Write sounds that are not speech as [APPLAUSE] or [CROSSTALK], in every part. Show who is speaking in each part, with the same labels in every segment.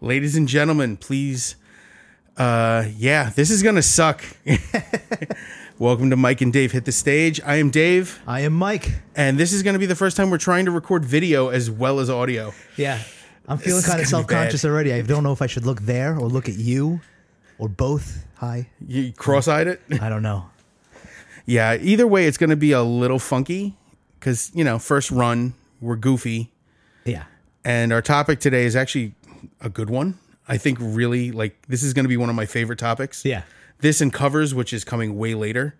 Speaker 1: ladies and gentlemen, please. Uh, yeah, this is gonna [LAUGHS] suck. Welcome to Mike and Dave Hit the Stage. I am Dave,
Speaker 2: I am Mike.
Speaker 1: and this is gonna be the first time we're trying to record video as well as audio.
Speaker 2: Yeah. I'm feeling
Speaker 1: is
Speaker 2: kind
Speaker 1: gonna
Speaker 2: of
Speaker 1: be
Speaker 2: self conscious
Speaker 1: bad.
Speaker 2: already. I don't know if I should look there or look at you or both. Hi.
Speaker 1: You cross-eyed it?
Speaker 2: I don't know.
Speaker 1: [LAUGHS] yeah, either way, it's gonna be a little funky because, you know, first run, we're goofy.
Speaker 2: Yeah.
Speaker 1: And our topic today is actually a good one. I think really like this is gonna be one of my favorite topics.
Speaker 2: Yeah.
Speaker 1: this and covers, which is coming way later.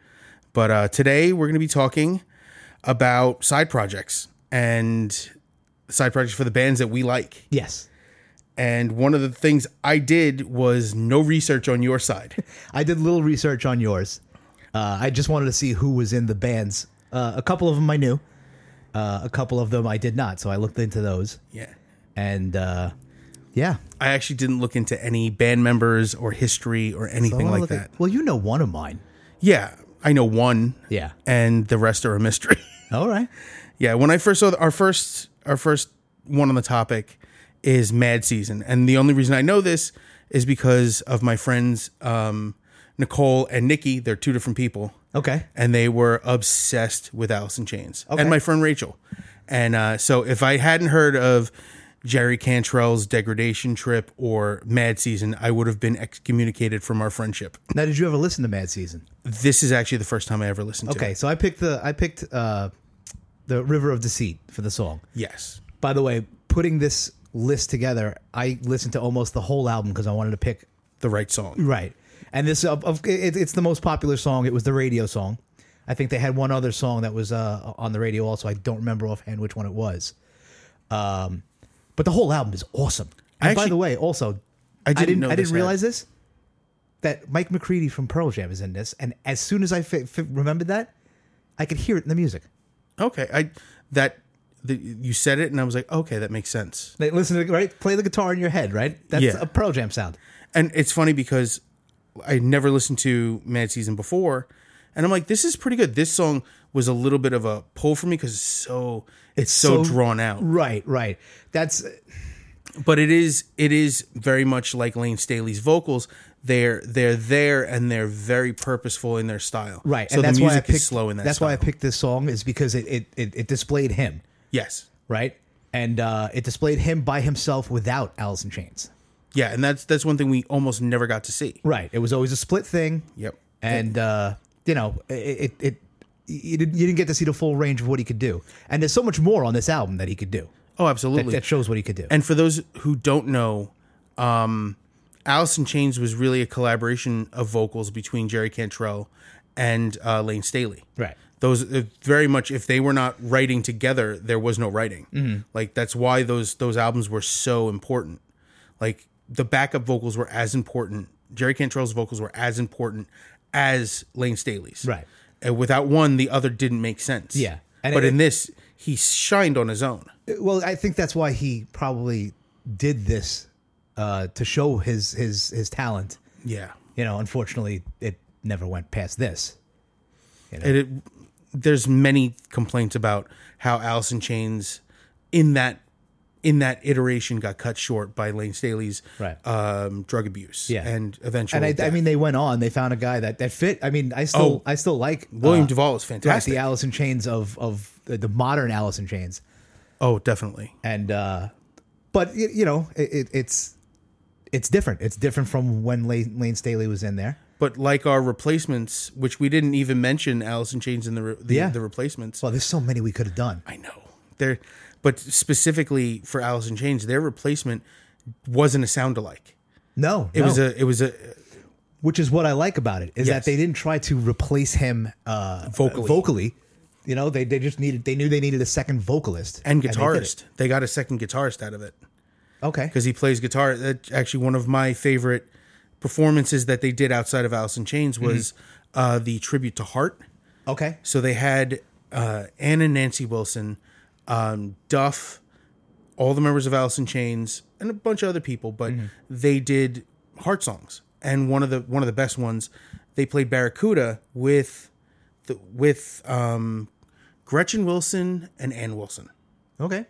Speaker 1: But uh, today we're going to be talking about side projects and side projects for the bands that we like.
Speaker 2: Yes.
Speaker 1: And one of the things I did was no research on your
Speaker 2: [LAUGHS]
Speaker 1: side.
Speaker 2: I did little research on yours. Uh, I just wanted to see who was in the bands. Uh, a couple of them I knew. Uh, a couple of them I did not. So I looked into those.
Speaker 1: yeah.
Speaker 2: And uh, yeah.
Speaker 1: I actually didn't look into any band members or history or anything
Speaker 2: I wanna
Speaker 1: like
Speaker 2: look
Speaker 1: that.
Speaker 2: at- well, you know one of mine.
Speaker 1: yeah. I know one.
Speaker 2: Yeah.
Speaker 1: And the rest are a mystery. [LAUGHS]
Speaker 2: All right.
Speaker 1: Yeah, when I first saw the, our first our first one on the topic is Mad Season, and the only reason I know this is because of my friends um, Nicole and Nikki. They're two different people,
Speaker 2: Okay.
Speaker 1: and they were obsessed with Alice in Chains,
Speaker 2: Okay.
Speaker 1: and my friend Rachel. And uh, so, if I hadn't heard of Jerry Cantrell's Degradation Trip or Mad Season, I would have been excommunicated from our friendship.
Speaker 2: Now, did you ever listen to Mad Season?
Speaker 1: This is actually the first time I ever listened to. it.
Speaker 2: Okay, so I picked the I picked uh, the River of Deceit for the song.
Speaker 1: Yes.
Speaker 2: By the way, putting this list together, I listened to almost the whole album because I wanted to pick
Speaker 1: The right song.
Speaker 2: right. And this of, of it, it's the most popular song. It was the radio song. I think they had one other song that was uh, on the radio also. I don't remember offhand which one it was. Um, but the whole album is awesome.
Speaker 1: I
Speaker 2: And by
Speaker 1: actually-
Speaker 2: the way, also
Speaker 1: I didn't
Speaker 2: I didn't,
Speaker 1: know
Speaker 2: I
Speaker 1: this
Speaker 2: didn't
Speaker 1: had-
Speaker 2: realize this. That Mike McCready from Pearl Jam is in this, and as soon as I fi- fi- remembered that, I could hear it in the music.
Speaker 1: Okay, I that the, you said it, and I was like, okay, that makes sense.
Speaker 2: Like, listen to right, play the guitar in your head, right? That's
Speaker 1: Yeah.
Speaker 2: a Pearl Jam sound.
Speaker 1: And it's funny because I never listened to Mad Season before, and I'm like, this is pretty good. This song was a little bit of a pull for me because it's so it's, so, drawn out,
Speaker 2: Right, right. That's
Speaker 1: but it is it is very much like Lane Staley's vocals. They're they're there and they're very purposeful in their style.
Speaker 2: right,
Speaker 1: So
Speaker 2: and that's
Speaker 1: the music
Speaker 2: why I picked,
Speaker 1: is slow in that.
Speaker 2: That's why I
Speaker 1: style.
Speaker 2: picked this song is because it it, it, it displayed him,
Speaker 1: yes.
Speaker 2: right? And uh, it displayed him by himself without Alice in Chains.
Speaker 1: Yeah, and that's that's one thing we almost never got to see.
Speaker 2: Right. It was always a split thing.
Speaker 1: Yep.
Speaker 2: and uh, you know it it, it you, didn't, you didn't get to see the full range of what he could do and there's so much more on this album that he could do
Speaker 1: Oh, absolutely.
Speaker 2: that shows what he could do
Speaker 1: And for those who don't know, um, Alice in Chains was really a collaboration of vocals between Jerry Cantrell and uh, Lane Staley.
Speaker 2: right
Speaker 1: Those uh, very much, if they were not writing together, there was no writing.
Speaker 2: Mm-hmm.
Speaker 1: Like that's why those those albums were so important. Like the backup vocals were as important. Jerry Cantrell's vocals were as important as Lane Staley's.
Speaker 2: Right.
Speaker 1: And without one, the other didn't make sense.
Speaker 2: Yeah. And
Speaker 1: but
Speaker 2: it-
Speaker 1: in this, he shined on his own.
Speaker 2: Uh, well i think that's why he probably did this uh, to show his his his talent
Speaker 1: Yeah.
Speaker 2: you know unfortunately it never went past this
Speaker 1: it, it there's many complaints about how Alice in Chains in that in that iteration got cut short by Lane Staley's
Speaker 2: Right.
Speaker 1: um, drug abuse
Speaker 2: Yeah.
Speaker 1: and eventually
Speaker 2: and I, I
Speaker 1: death.
Speaker 2: mean they went on they found a guy that that fit i mean i
Speaker 1: Oh.
Speaker 2: still i still like
Speaker 1: William
Speaker 2: uh,
Speaker 1: Duvall is
Speaker 2: right,
Speaker 1: fantastic.
Speaker 2: the alice in chains of of the, the modern alice in chains
Speaker 1: oh, definitely.
Speaker 2: and uh but you, you know it, it, it's it's different it's different from when lane, lane staley was in there
Speaker 1: But like our replacements, which we didn't even mention Alice in Chains in the re- the,
Speaker 2: Yeah.
Speaker 1: the replacements.
Speaker 2: well there's so many we could have done
Speaker 1: I know. They're but specifically for Alice in Chains, their replacement wasn't a sound alike.
Speaker 2: no
Speaker 1: It was a it was a
Speaker 2: which is what i like about it is
Speaker 1: Yes.
Speaker 2: that they didn't try to replace him uh
Speaker 1: Vocally.
Speaker 2: vocally you know they, they just needed they knew they needed a second vocalist
Speaker 1: and
Speaker 2: they did it.
Speaker 1: guitarist. they got a second guitarist out of it.
Speaker 2: okay
Speaker 1: because he plays guitar. That's actually one of my favorite performances that they did outside of Alice in Chains was uh, the tribute to Heart.
Speaker 2: okay
Speaker 1: So they had uh, Ann and Nancy Wilson, um, Duff, all the members of Alice in Chains, and a bunch of other people. But they did Heart songs, and one of the one of the best ones. They played Barracuda with the, with um, Gretchen Wilson and Ann Wilson.
Speaker 2: okay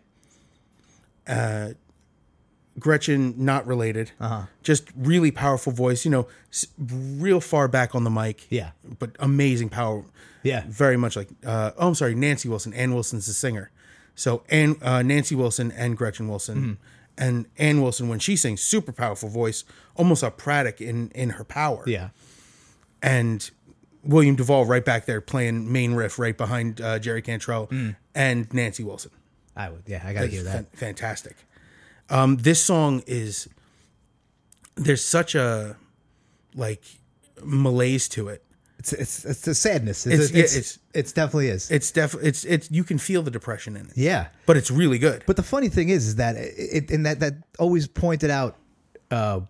Speaker 1: Gretchen, not related.
Speaker 2: Uh-huh.
Speaker 1: Just really powerful voice. You know, s- real far back on the mic.
Speaker 2: Yeah.
Speaker 1: but amazing power.
Speaker 2: Yeah.
Speaker 1: very much like. Uh, oh, I'm sorry, Nancy Wilson. Ann Wilson's the singer. So Ann, uh, Nancy Wilson and Gretchen
Speaker 2: Mm-hmm.
Speaker 1: Wilson. And Ann Wilson, when she sings, super powerful voice, almost a Praddock in in her power
Speaker 2: Yeah.
Speaker 1: and William Duvall right back there playing main riff right behind uh, Jerry Cantrell
Speaker 2: Mm.
Speaker 1: and Nancy Wilson.
Speaker 2: I would. Yeah, I gotta hear that.
Speaker 1: Fan- fantastic. Um, this song is there's such a like malaise to it.
Speaker 2: It's it's it's a sadness.
Speaker 1: It's-
Speaker 2: It's
Speaker 1: yeah,
Speaker 2: it's,
Speaker 1: it's-
Speaker 2: it's, definitely is.
Speaker 1: It's def it's it's you can feel the depression in it.
Speaker 2: yeah.
Speaker 1: But it's really good.
Speaker 2: But the funny thing is, is that it, it- and that that always pointed out uh,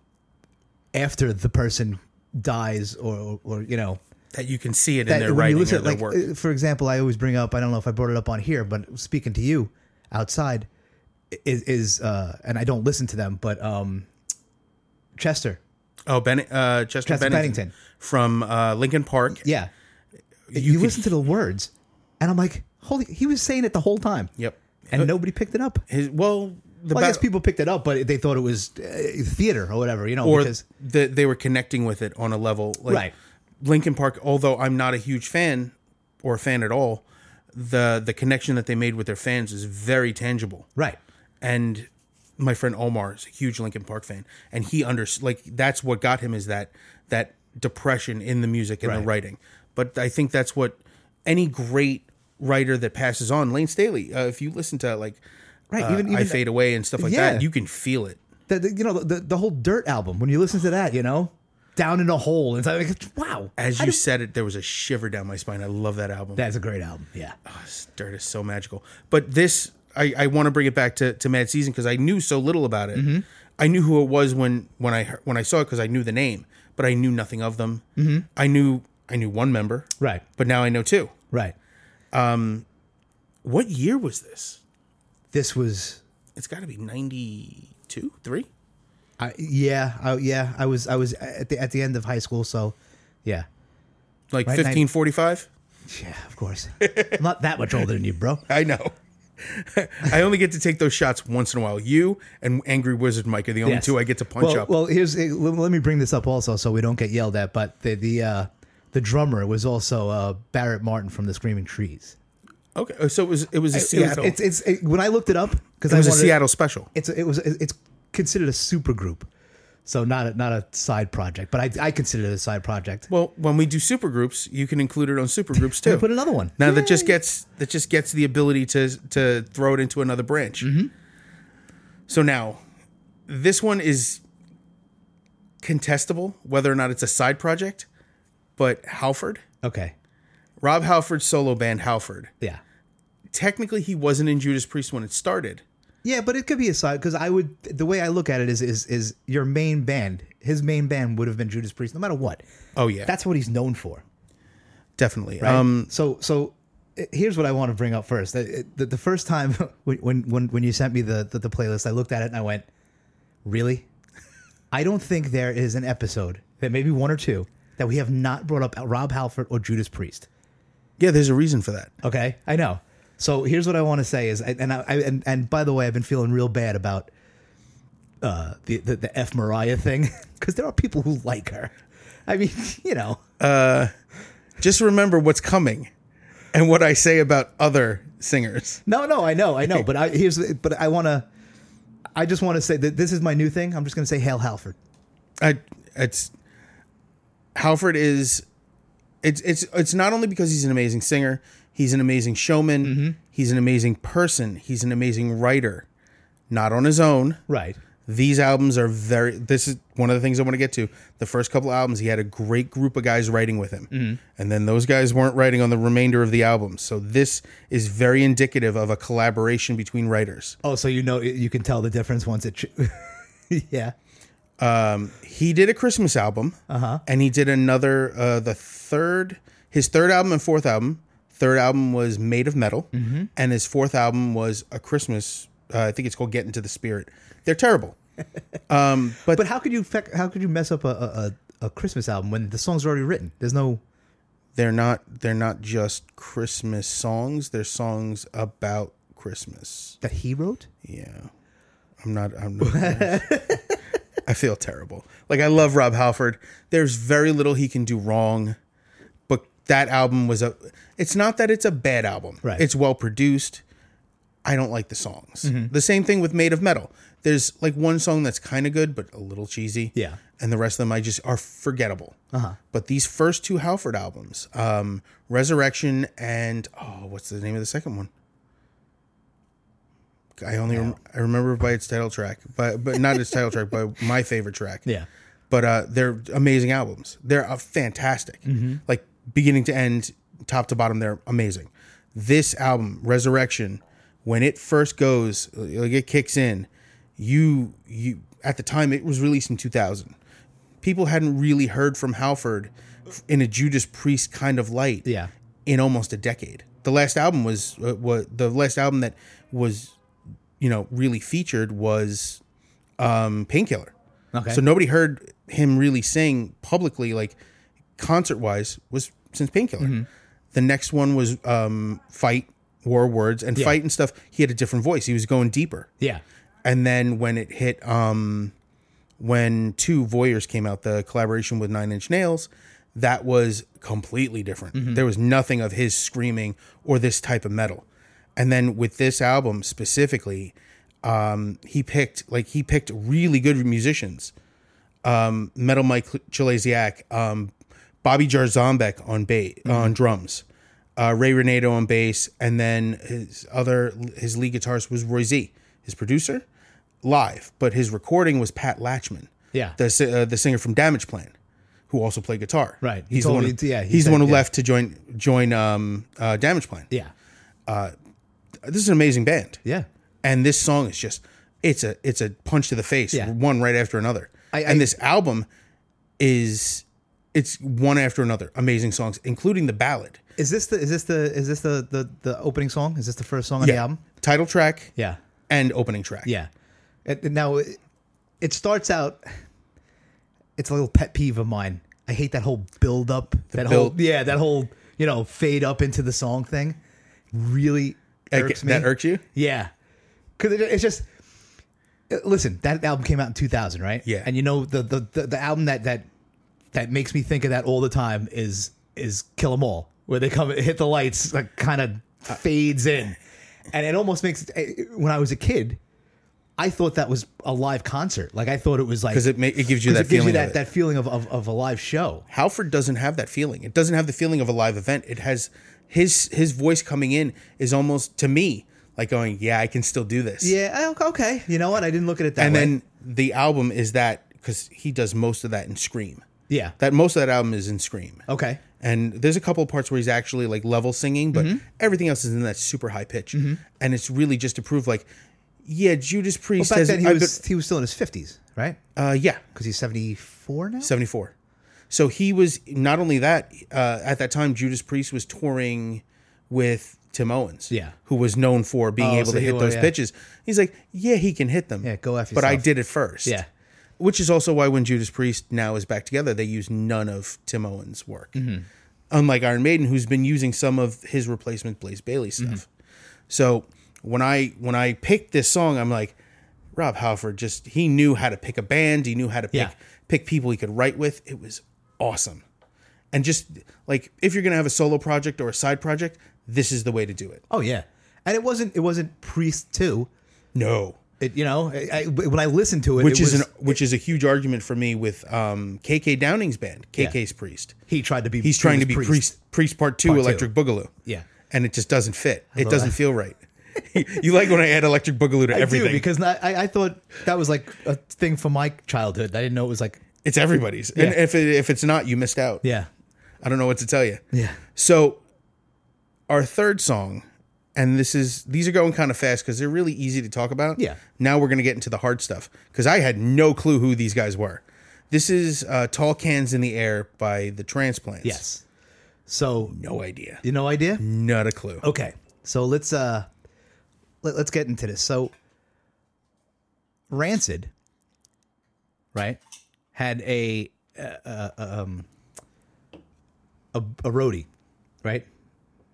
Speaker 2: after the person dies or or, or you know
Speaker 1: that you can see it in
Speaker 2: that
Speaker 1: their
Speaker 2: when
Speaker 1: writing
Speaker 2: you
Speaker 1: or
Speaker 2: listen
Speaker 1: their
Speaker 2: at like
Speaker 1: work.
Speaker 2: uh, for example, I always bring up. I don't know if I brought it up on here, but speaking to you outside i- is is uh, and I don't listen to them, but um, Chester.
Speaker 1: oh, Ben uh Chester,
Speaker 2: Chester
Speaker 1: Bennington,
Speaker 2: Bennington.
Speaker 1: from uh Lincoln Park.
Speaker 2: Yeah, you,
Speaker 1: can-
Speaker 2: listen to the words, and I'm like, holy! He was saying it the whole time.
Speaker 1: Yep.
Speaker 2: and nobody picked it up.
Speaker 1: His well the
Speaker 2: Well, I guess
Speaker 1: ba-
Speaker 2: people picked it up, but they thought it was uh, theater or whatever, you know.
Speaker 1: or
Speaker 2: because
Speaker 1: the, they were connecting with it on a level like
Speaker 2: Right.
Speaker 1: Linkin Park although I'm not a huge fan or a fan at all the the connection that they made with their fans is very tangible
Speaker 2: right,
Speaker 1: and my friend Omar is a huge Linkin Park fan and he under like that's what got him is that that depression in the music and the
Speaker 2: Right.
Speaker 1: writing but I think that's what any great writer that passes on Lane Staley uh, if you listen to like
Speaker 2: Right,
Speaker 1: uh,
Speaker 2: even-
Speaker 1: I
Speaker 2: even-
Speaker 1: fade away and stuff like
Speaker 2: Yeah.
Speaker 1: that you can feel it
Speaker 2: the, the- you know the, the whole Dirt album. When you listen to that, you know, down in a hole, and it's like, wow,
Speaker 1: As
Speaker 2: I
Speaker 1: you
Speaker 2: don't-
Speaker 1: said it, there was a shiver down my spine. I love that album.
Speaker 2: [LAUGHS] that's a great album. Yeah,
Speaker 1: Dirt is so magical. But this, I, I want to bring it back to, to Mad Season because I knew so little about it.
Speaker 2: Mm-hmm.
Speaker 1: I knew who it was when when I he- when I saw it because I knew the name, but I knew nothing of them. I knew I knew one member,
Speaker 2: Mm-hmm. right,
Speaker 1: but now I know two.
Speaker 2: right.
Speaker 1: What year was this?
Speaker 2: This was,
Speaker 1: It's got to be ninety two, three.
Speaker 2: I, yeah, I, yeah. I was, I was at the at the end of high school, so yeah,
Speaker 1: Like
Speaker 2: nine-
Speaker 1: fifteen forty five.
Speaker 2: yeah, of course. I'm not that much older than you, bro.
Speaker 1: I know. [LAUGHS] I only get to take those shots once in a while. You and Angry Wizard Mike are the only
Speaker 2: Yes.
Speaker 1: two I get to punch
Speaker 2: well,
Speaker 1: up.
Speaker 2: Well, here's eh, let let me bring this up also, so we don't get yelled at. But the the uh, the drummer was also uh, Barrett Martin from the Screaming Trees.
Speaker 1: okay, so it was it was a
Speaker 2: It was-
Speaker 1: Seattle.
Speaker 2: it's it's it- when I looked it up because I
Speaker 1: It was a
Speaker 2: wanted-
Speaker 1: Seattle special.
Speaker 2: It's it was it's considered a super group, so not a, not a side project, but I I consider it a side project.
Speaker 1: Well, when we do supergroups, you can include it on supergroups too.
Speaker 2: put another one.
Speaker 1: Now that just gets that just gets the ability to to throw it into another branch. So now, this one is contestable whether or not it's a side project, but Halford,
Speaker 2: Okay,
Speaker 1: Rob Halford's solo band Halford.
Speaker 2: yeah,
Speaker 1: Technically, he wasn't in Judas Priest when it started.
Speaker 2: yeah, but it could be a side because I would the way I look at it is is is your main band. His main band would have been Judas Priest, no matter what.
Speaker 1: Oh yeah,
Speaker 2: That's what he's known for.
Speaker 1: definitely.
Speaker 2: right?
Speaker 1: Um,
Speaker 2: so so uh, here's what I want to bring up first. The, the, the first time [LAUGHS] when when- when when you sent me the, the the playlist, I looked at it and I went, "Really? [LAUGHS] I don't think there is an episode that maybe one or two that we have not brought up Rob Halford or Judas Priest."
Speaker 1: yeah, there's a reason for that.
Speaker 2: Okay, I know. So here's what I want to say is, and I, I and, and by the way, I've been feeling real bad about uh, the, the the F Mariah thing [LAUGHS] because there are people who like her. I mean, [LAUGHS] you know,
Speaker 1: Just remember what's coming, and what I say about other singers.
Speaker 2: No, no, I know, I [LAUGHS] know, but I here's but I want to. I just want to say that this is my new thing. I'm just going to say Hale Halford.
Speaker 1: I, it's Halford is it's it's it's not only because he's an amazing singer, he's an amazing showman, he's an amazing person, he's an amazing writer. Not on his own.
Speaker 2: Right.
Speaker 1: These albums are very this is one of the things I want to get to. The first couple albums he had a great group of guys writing with him. And then those guys weren't writing on the remainder of the album. So this is very indicative of a collaboration between writers.
Speaker 2: Oh, so you know you can tell the difference once it. Ch- [LAUGHS] yeah.
Speaker 1: he did a Christmas album, and he did another uh, the third his third album and fourth album. Third album was Made of Metal, and his fourth album was a Christmas. Uh, I think it's called Get into the Spirit. They're terrible.
Speaker 2: But how could you fec- how could you mess up a, a a- a Christmas album when the songs are already written? There's no.
Speaker 1: They're not. They're not just Christmas songs. They're songs about Christmas.
Speaker 2: That he wrote?
Speaker 1: Yeah. I'm not. I'm not I feel terrible. Like I love Rob Halford. There's very little he can do wrong, but that album was a. It's not that it's a bad album.
Speaker 2: Right.
Speaker 1: It's well produced. I don't like the songs.
Speaker 2: Mm-hmm.
Speaker 1: The same thing with Made of Metal. There's like one song that's kind of good, but a little cheesy.
Speaker 2: Yeah.
Speaker 1: And the rest of them I just are forgettable. Uh-huh. But these first two Halford albums, um, Resurrection and oh, what's the name of the second one? I only rem- I remember by its title track, but but not its title track, but my favorite track.
Speaker 2: Yeah.
Speaker 1: But uh, they're amazing albums. They're uh, fantastic. Like beginning to end, top to bottom, they're amazing. This album, Resurrection, when it first goes, like it kicks in, you you at the time it was released in 2000. People hadn't really heard from Halford in a Judas Priest kind of light
Speaker 2: Yeah.
Speaker 1: in almost a decade. The last album was uh, was the last album that was you know really featured was um, Painkiller.
Speaker 2: Okay.
Speaker 1: So nobody heard him really sing publicly, like concert wise, was since Painkiller.
Speaker 2: Mm-hmm.
Speaker 1: The next one was um, Fight, War Words, and Fight and stuff. He had a different voice. He was going deeper.
Speaker 2: Yeah.
Speaker 1: And then when it hit, um, when two Voyeurs came out, the collaboration with Nine Inch Nails, that was completely different. There was nothing of his screaming or this type of metal. And then with this album specifically, um, he picked like he picked really good musicians. Um, metal Mike Chilasiak, um, Bobby Jarzombek on bass
Speaker 2: Mm-hmm.
Speaker 1: on drums, uh, Ray Renato on bass, and then his other his lead guitarist was Roy Z, his producer, live. But his recording was Pat Latchman,
Speaker 2: Yeah.
Speaker 1: the si- uh, the singer from Damage Plan, who also played guitar.
Speaker 2: Right. He
Speaker 1: he's the
Speaker 2: told
Speaker 1: one.
Speaker 2: me- yeah, he
Speaker 1: he's the
Speaker 2: said-
Speaker 1: one who
Speaker 2: yeah.
Speaker 1: left to join join um, uh, Damage Plan.
Speaker 2: Yeah.
Speaker 1: This is an amazing band,
Speaker 2: Yeah.
Speaker 1: and this song is just it's a it's a punch to the face,
Speaker 2: Yeah.
Speaker 1: one right after another.
Speaker 2: I- I-
Speaker 1: and this album is it's one after another amazing songs, including the ballad.
Speaker 2: Is this the is this the is this the the, the opening song? Is this the first song on the album?
Speaker 1: Title track
Speaker 2: Yeah.
Speaker 1: and opening track.
Speaker 2: Yeah. It, it- now it, it starts out. It's a little pet peeve of mine. I hate that whole build up. That
Speaker 1: build-
Speaker 2: whole yeah. That whole you know fade up into the song thing. Really
Speaker 1: That-
Speaker 2: irks me.
Speaker 1: that irks you.
Speaker 2: Yeah, because it, it's just uh, listen. That album came out in two thousand, right?
Speaker 1: Yeah.
Speaker 2: and you know the, the the the album that that that makes me think of that all the time is is Kill 'Em All, where they come hit the lights, like kind of fades in, and it almost makes. it- When I was a kid, I thought that was a live concert. Like I thought it was like
Speaker 1: because it ma- it gives you
Speaker 2: 'cause
Speaker 1: that
Speaker 2: it gives
Speaker 1: feeling.
Speaker 2: you
Speaker 1: of
Speaker 2: that
Speaker 1: it.
Speaker 2: that feeling of, of of a live show.
Speaker 1: Halford doesn't have that feeling. It doesn't have the feeling of a live event. It has his his voice coming in is almost to me like going, yeah, I can still do this.
Speaker 2: Yeah, oh, okay. You know what? I didn't look at it that
Speaker 1: And
Speaker 2: way.
Speaker 1: then the album is that because he does most of that in Scream.
Speaker 2: yeah,
Speaker 1: That most of that album is in Scream.
Speaker 2: okay.
Speaker 1: And there's a couple of parts where he's actually like level singing,
Speaker 2: Mm-hmm.
Speaker 1: but everything else is in that super high pitch. And it's really just to prove like, yeah, Judas Priest
Speaker 2: Back
Speaker 1: has
Speaker 2: then he
Speaker 1: I've
Speaker 2: was he was still in his fifties, right?
Speaker 1: been- uh, yeah,
Speaker 2: Because he's seventy four now.
Speaker 1: 74. So he was not only that, uh, at that time, Judas Priest was touring with Tim Owens,
Speaker 2: Yeah.
Speaker 1: who was known for being
Speaker 2: Oh,
Speaker 1: able
Speaker 2: so
Speaker 1: to
Speaker 2: he
Speaker 1: hit
Speaker 2: was,
Speaker 1: those
Speaker 2: yeah.
Speaker 1: pitches. He's like, yeah, he can hit them.
Speaker 2: Yeah, go F
Speaker 1: But I
Speaker 2: yourself.
Speaker 1: did it first.
Speaker 2: Yeah.
Speaker 1: Which is also why when Judas Priest now is back together, they use none of Tim Owens' work.
Speaker 2: Mm-hmm.
Speaker 1: Unlike Iron Maiden, who's been using some of his replacement Blaze Bailey
Speaker 2: Mm-hmm.
Speaker 1: stuff. So when I when I picked this song, I'm like, Rob Halford just he knew how to pick a band, he knew how to pick
Speaker 2: Yeah.
Speaker 1: pick people he could write with. It was awesome. And just like if you're gonna have a solo project or a side project, this is the way to do it.
Speaker 2: Oh yeah, and it wasn't it wasn't Priest too.
Speaker 1: No.
Speaker 2: It you know I, I- when I listened to it,
Speaker 1: Which
Speaker 2: it
Speaker 1: is
Speaker 2: was-
Speaker 1: an which is a huge argument for me with um, KK Downing's band, KK's Priest.
Speaker 2: he tried to be
Speaker 1: He's trying to be
Speaker 2: Judas
Speaker 1: priest priest, part two Electric Boogaloo.
Speaker 2: Yeah.
Speaker 1: and it just doesn't fit. it
Speaker 2: love
Speaker 1: doesn't
Speaker 2: that.
Speaker 1: feel right. [LAUGHS] you like when I add Electric Boogaloo to
Speaker 2: I do,
Speaker 1: everything?
Speaker 2: because not, I I thought that was like a thing from my childhood. I didn't know it was like
Speaker 1: it's everybody's, and
Speaker 2: Yeah.
Speaker 1: if it, if it's not, you missed out.
Speaker 2: yeah
Speaker 1: I don't know what to tell you.
Speaker 2: yeah
Speaker 1: So our third song, and this is these are going kind of fast because they're really easy to talk about.
Speaker 2: Yeah.
Speaker 1: Now we're gonna get into the hard stuff because I had no clue who these guys were. This is uh, "Tall Cans in the Air" by the Transplants.
Speaker 2: yes. So
Speaker 1: No idea.
Speaker 2: you no idea.
Speaker 1: Not a clue.
Speaker 2: Okay, so let's uh let, let's get into this. So Rancid, right, had a uh, uh, um a, a roadie, right,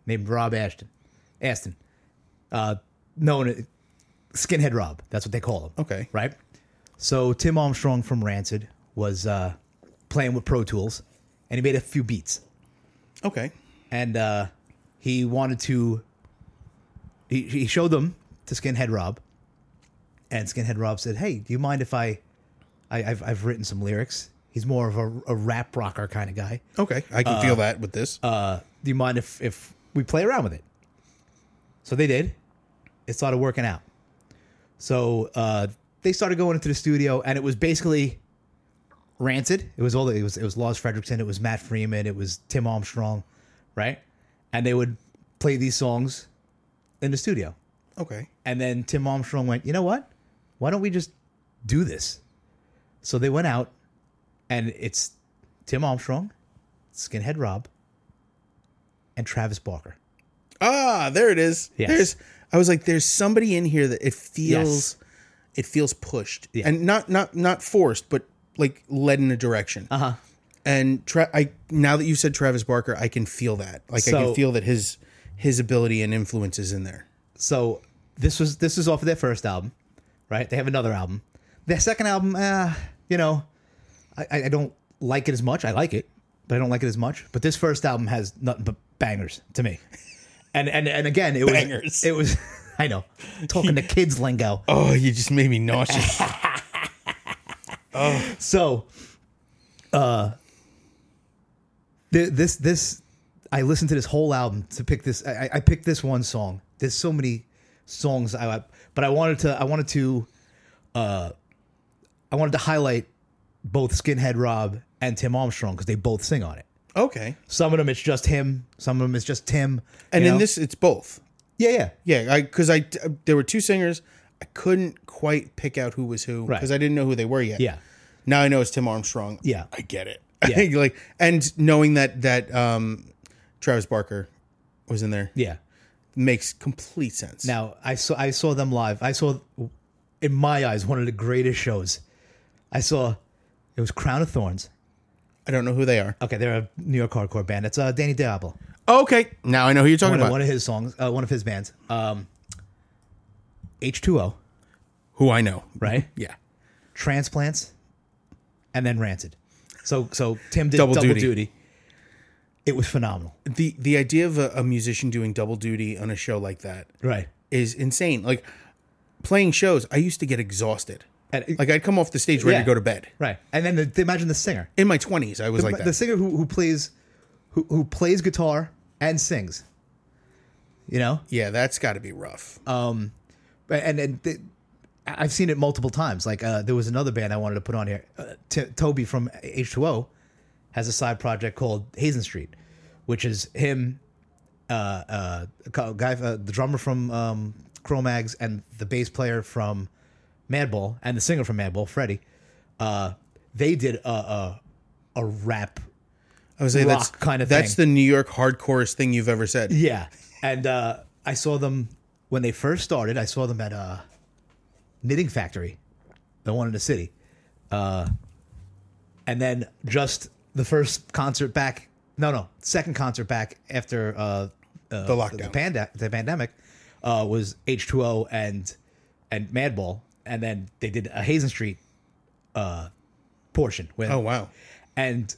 Speaker 2: named Rob Ashton, Aston, uh, known Skinhead Rob. That's what they call him.
Speaker 1: Okay.
Speaker 2: Right? So Tim Armstrong from Rancid was uh, playing with Pro Tools and he made a few beats.
Speaker 1: Okay.
Speaker 2: And uh, he wanted to, he, he showed them to Skinhead Rob. And Skinhead Rob said, Hey, do you mind if I, I I've, I've written some lyrics? He's more of a, a rap rocker kind of guy.
Speaker 1: Okay. I can feel that with this.
Speaker 2: Uh, do you mind if, if we play around with it? So they did. It started working out. So uh, they started going into the studio, and it was basically Rancid. It was all it was. It was Lars Fredrickson. It was Matt Freeman. It was Tim Armstrong, right? And they would play these songs in the studio.
Speaker 1: okay.
Speaker 2: And then Tim Armstrong went, you know what? Why don't we just do this? So they went out, and it's Tim Armstrong, Skinhead Rob, and Travis Barker.
Speaker 1: Ah, there it is.
Speaker 2: Yes.
Speaker 1: There's I was like, there's somebody in here that it feels it feels pushed. And not not not forced, but like led in a direction. Uh-huh. And tra- I now that you said Travis Barker, I can feel that. Like I
Speaker 2: So-
Speaker 1: can feel that his his ability and influence is in there.
Speaker 2: So this was this is off of their first album, right? They have another album. Their second album, uh, you know, I, I I don't like it as much. I like it, but I don't like it as much. But this first album has nothing but bangers to me. [LAUGHS] And and and again, it was
Speaker 1: Bangers.
Speaker 2: it was [LAUGHS] I know talking to kids lingo.
Speaker 1: Oh, you just made me nauseous.
Speaker 2: So, uh, th- this this I listened to this whole album to pick this. I, I- I picked this one song. There's so many songs I, but I wanted to I wanted to, uh, I wanted to highlight both Skinhead Rob and Tim Armstrong because they both sing on it.
Speaker 1: [LAUGHS] okay.
Speaker 2: Some of them it's just him. Some of them it's just Tim.
Speaker 1: And
Speaker 2: you
Speaker 1: in
Speaker 2: know?
Speaker 1: this it's both.
Speaker 2: yeah, yeah,
Speaker 1: Yeah, I cuz I there were two singers. I couldn't quite pick out who was who
Speaker 2: Right.
Speaker 1: cuz I didn't know who they were yet.
Speaker 2: yeah,
Speaker 1: Now I know it's Tim Armstrong.
Speaker 2: Yeah.
Speaker 1: I get it. [LAUGHS]
Speaker 2: Yeah.
Speaker 1: like and knowing that that um Travis Barker was in there
Speaker 2: yeah.
Speaker 1: makes complete sense.
Speaker 2: Now I saw I saw them live. I saw, in my eyes, one of the greatest shows. I saw, it was Crown of Thorns.
Speaker 1: I don't know who they are.
Speaker 2: Okay, they're a New York hardcore band. It's uh, Danny Diablo.
Speaker 1: Okay. Now I know who you're talking
Speaker 2: One of,
Speaker 1: about.
Speaker 2: one of his songs, uh, one of his bands. Um, H2O,
Speaker 1: who I know.
Speaker 2: right?
Speaker 1: Mm-hmm. Yeah.
Speaker 2: Transplants, and then Rancid. So so Tim did double,
Speaker 1: Double
Speaker 2: duty.
Speaker 1: duty.
Speaker 2: It was phenomenal.
Speaker 1: The the idea of a, a musician doing double duty on a show like that
Speaker 2: Right.
Speaker 1: is insane. Like playing shows, I used to get exhausted.
Speaker 2: And-
Speaker 1: like I'd come off the stage ready
Speaker 2: Yeah.
Speaker 1: to go to bed.
Speaker 2: Right. And then the, the- imagine the singer.
Speaker 1: In my 20s, I was like that.
Speaker 2: the singer who, who plays who, who plays guitar and sings. You know?
Speaker 1: yeah, that's got to be rough.
Speaker 2: Uh, and and th- I've seen it multiple times. Like uh, there was another band I wanted to put on here. Uh, T- Toby from H2O has a side project called Hazen Street, which is him, uh, uh, a co- guy, uh, the drummer from um, Cro-Mags and the bass player from Madball and the singer from Madball, Freddie. Uh, they did a, a a rap
Speaker 1: I was saying that's
Speaker 2: rock kinda
Speaker 1: That's
Speaker 2: thing.
Speaker 1: the New York hardcorest thing you've ever said.
Speaker 2: Yeah, and uh, I saw them when they first started. I saw them at a knitting factory, the one in the city, uh, and then just the first concert back. No, no, second concert back after uh, uh,
Speaker 1: The lockdown.
Speaker 2: the, panda- the pandemic, uh, was H two O and and Madball, and then they did a Hazen Street uh, portion with
Speaker 1: Oh wow.
Speaker 2: and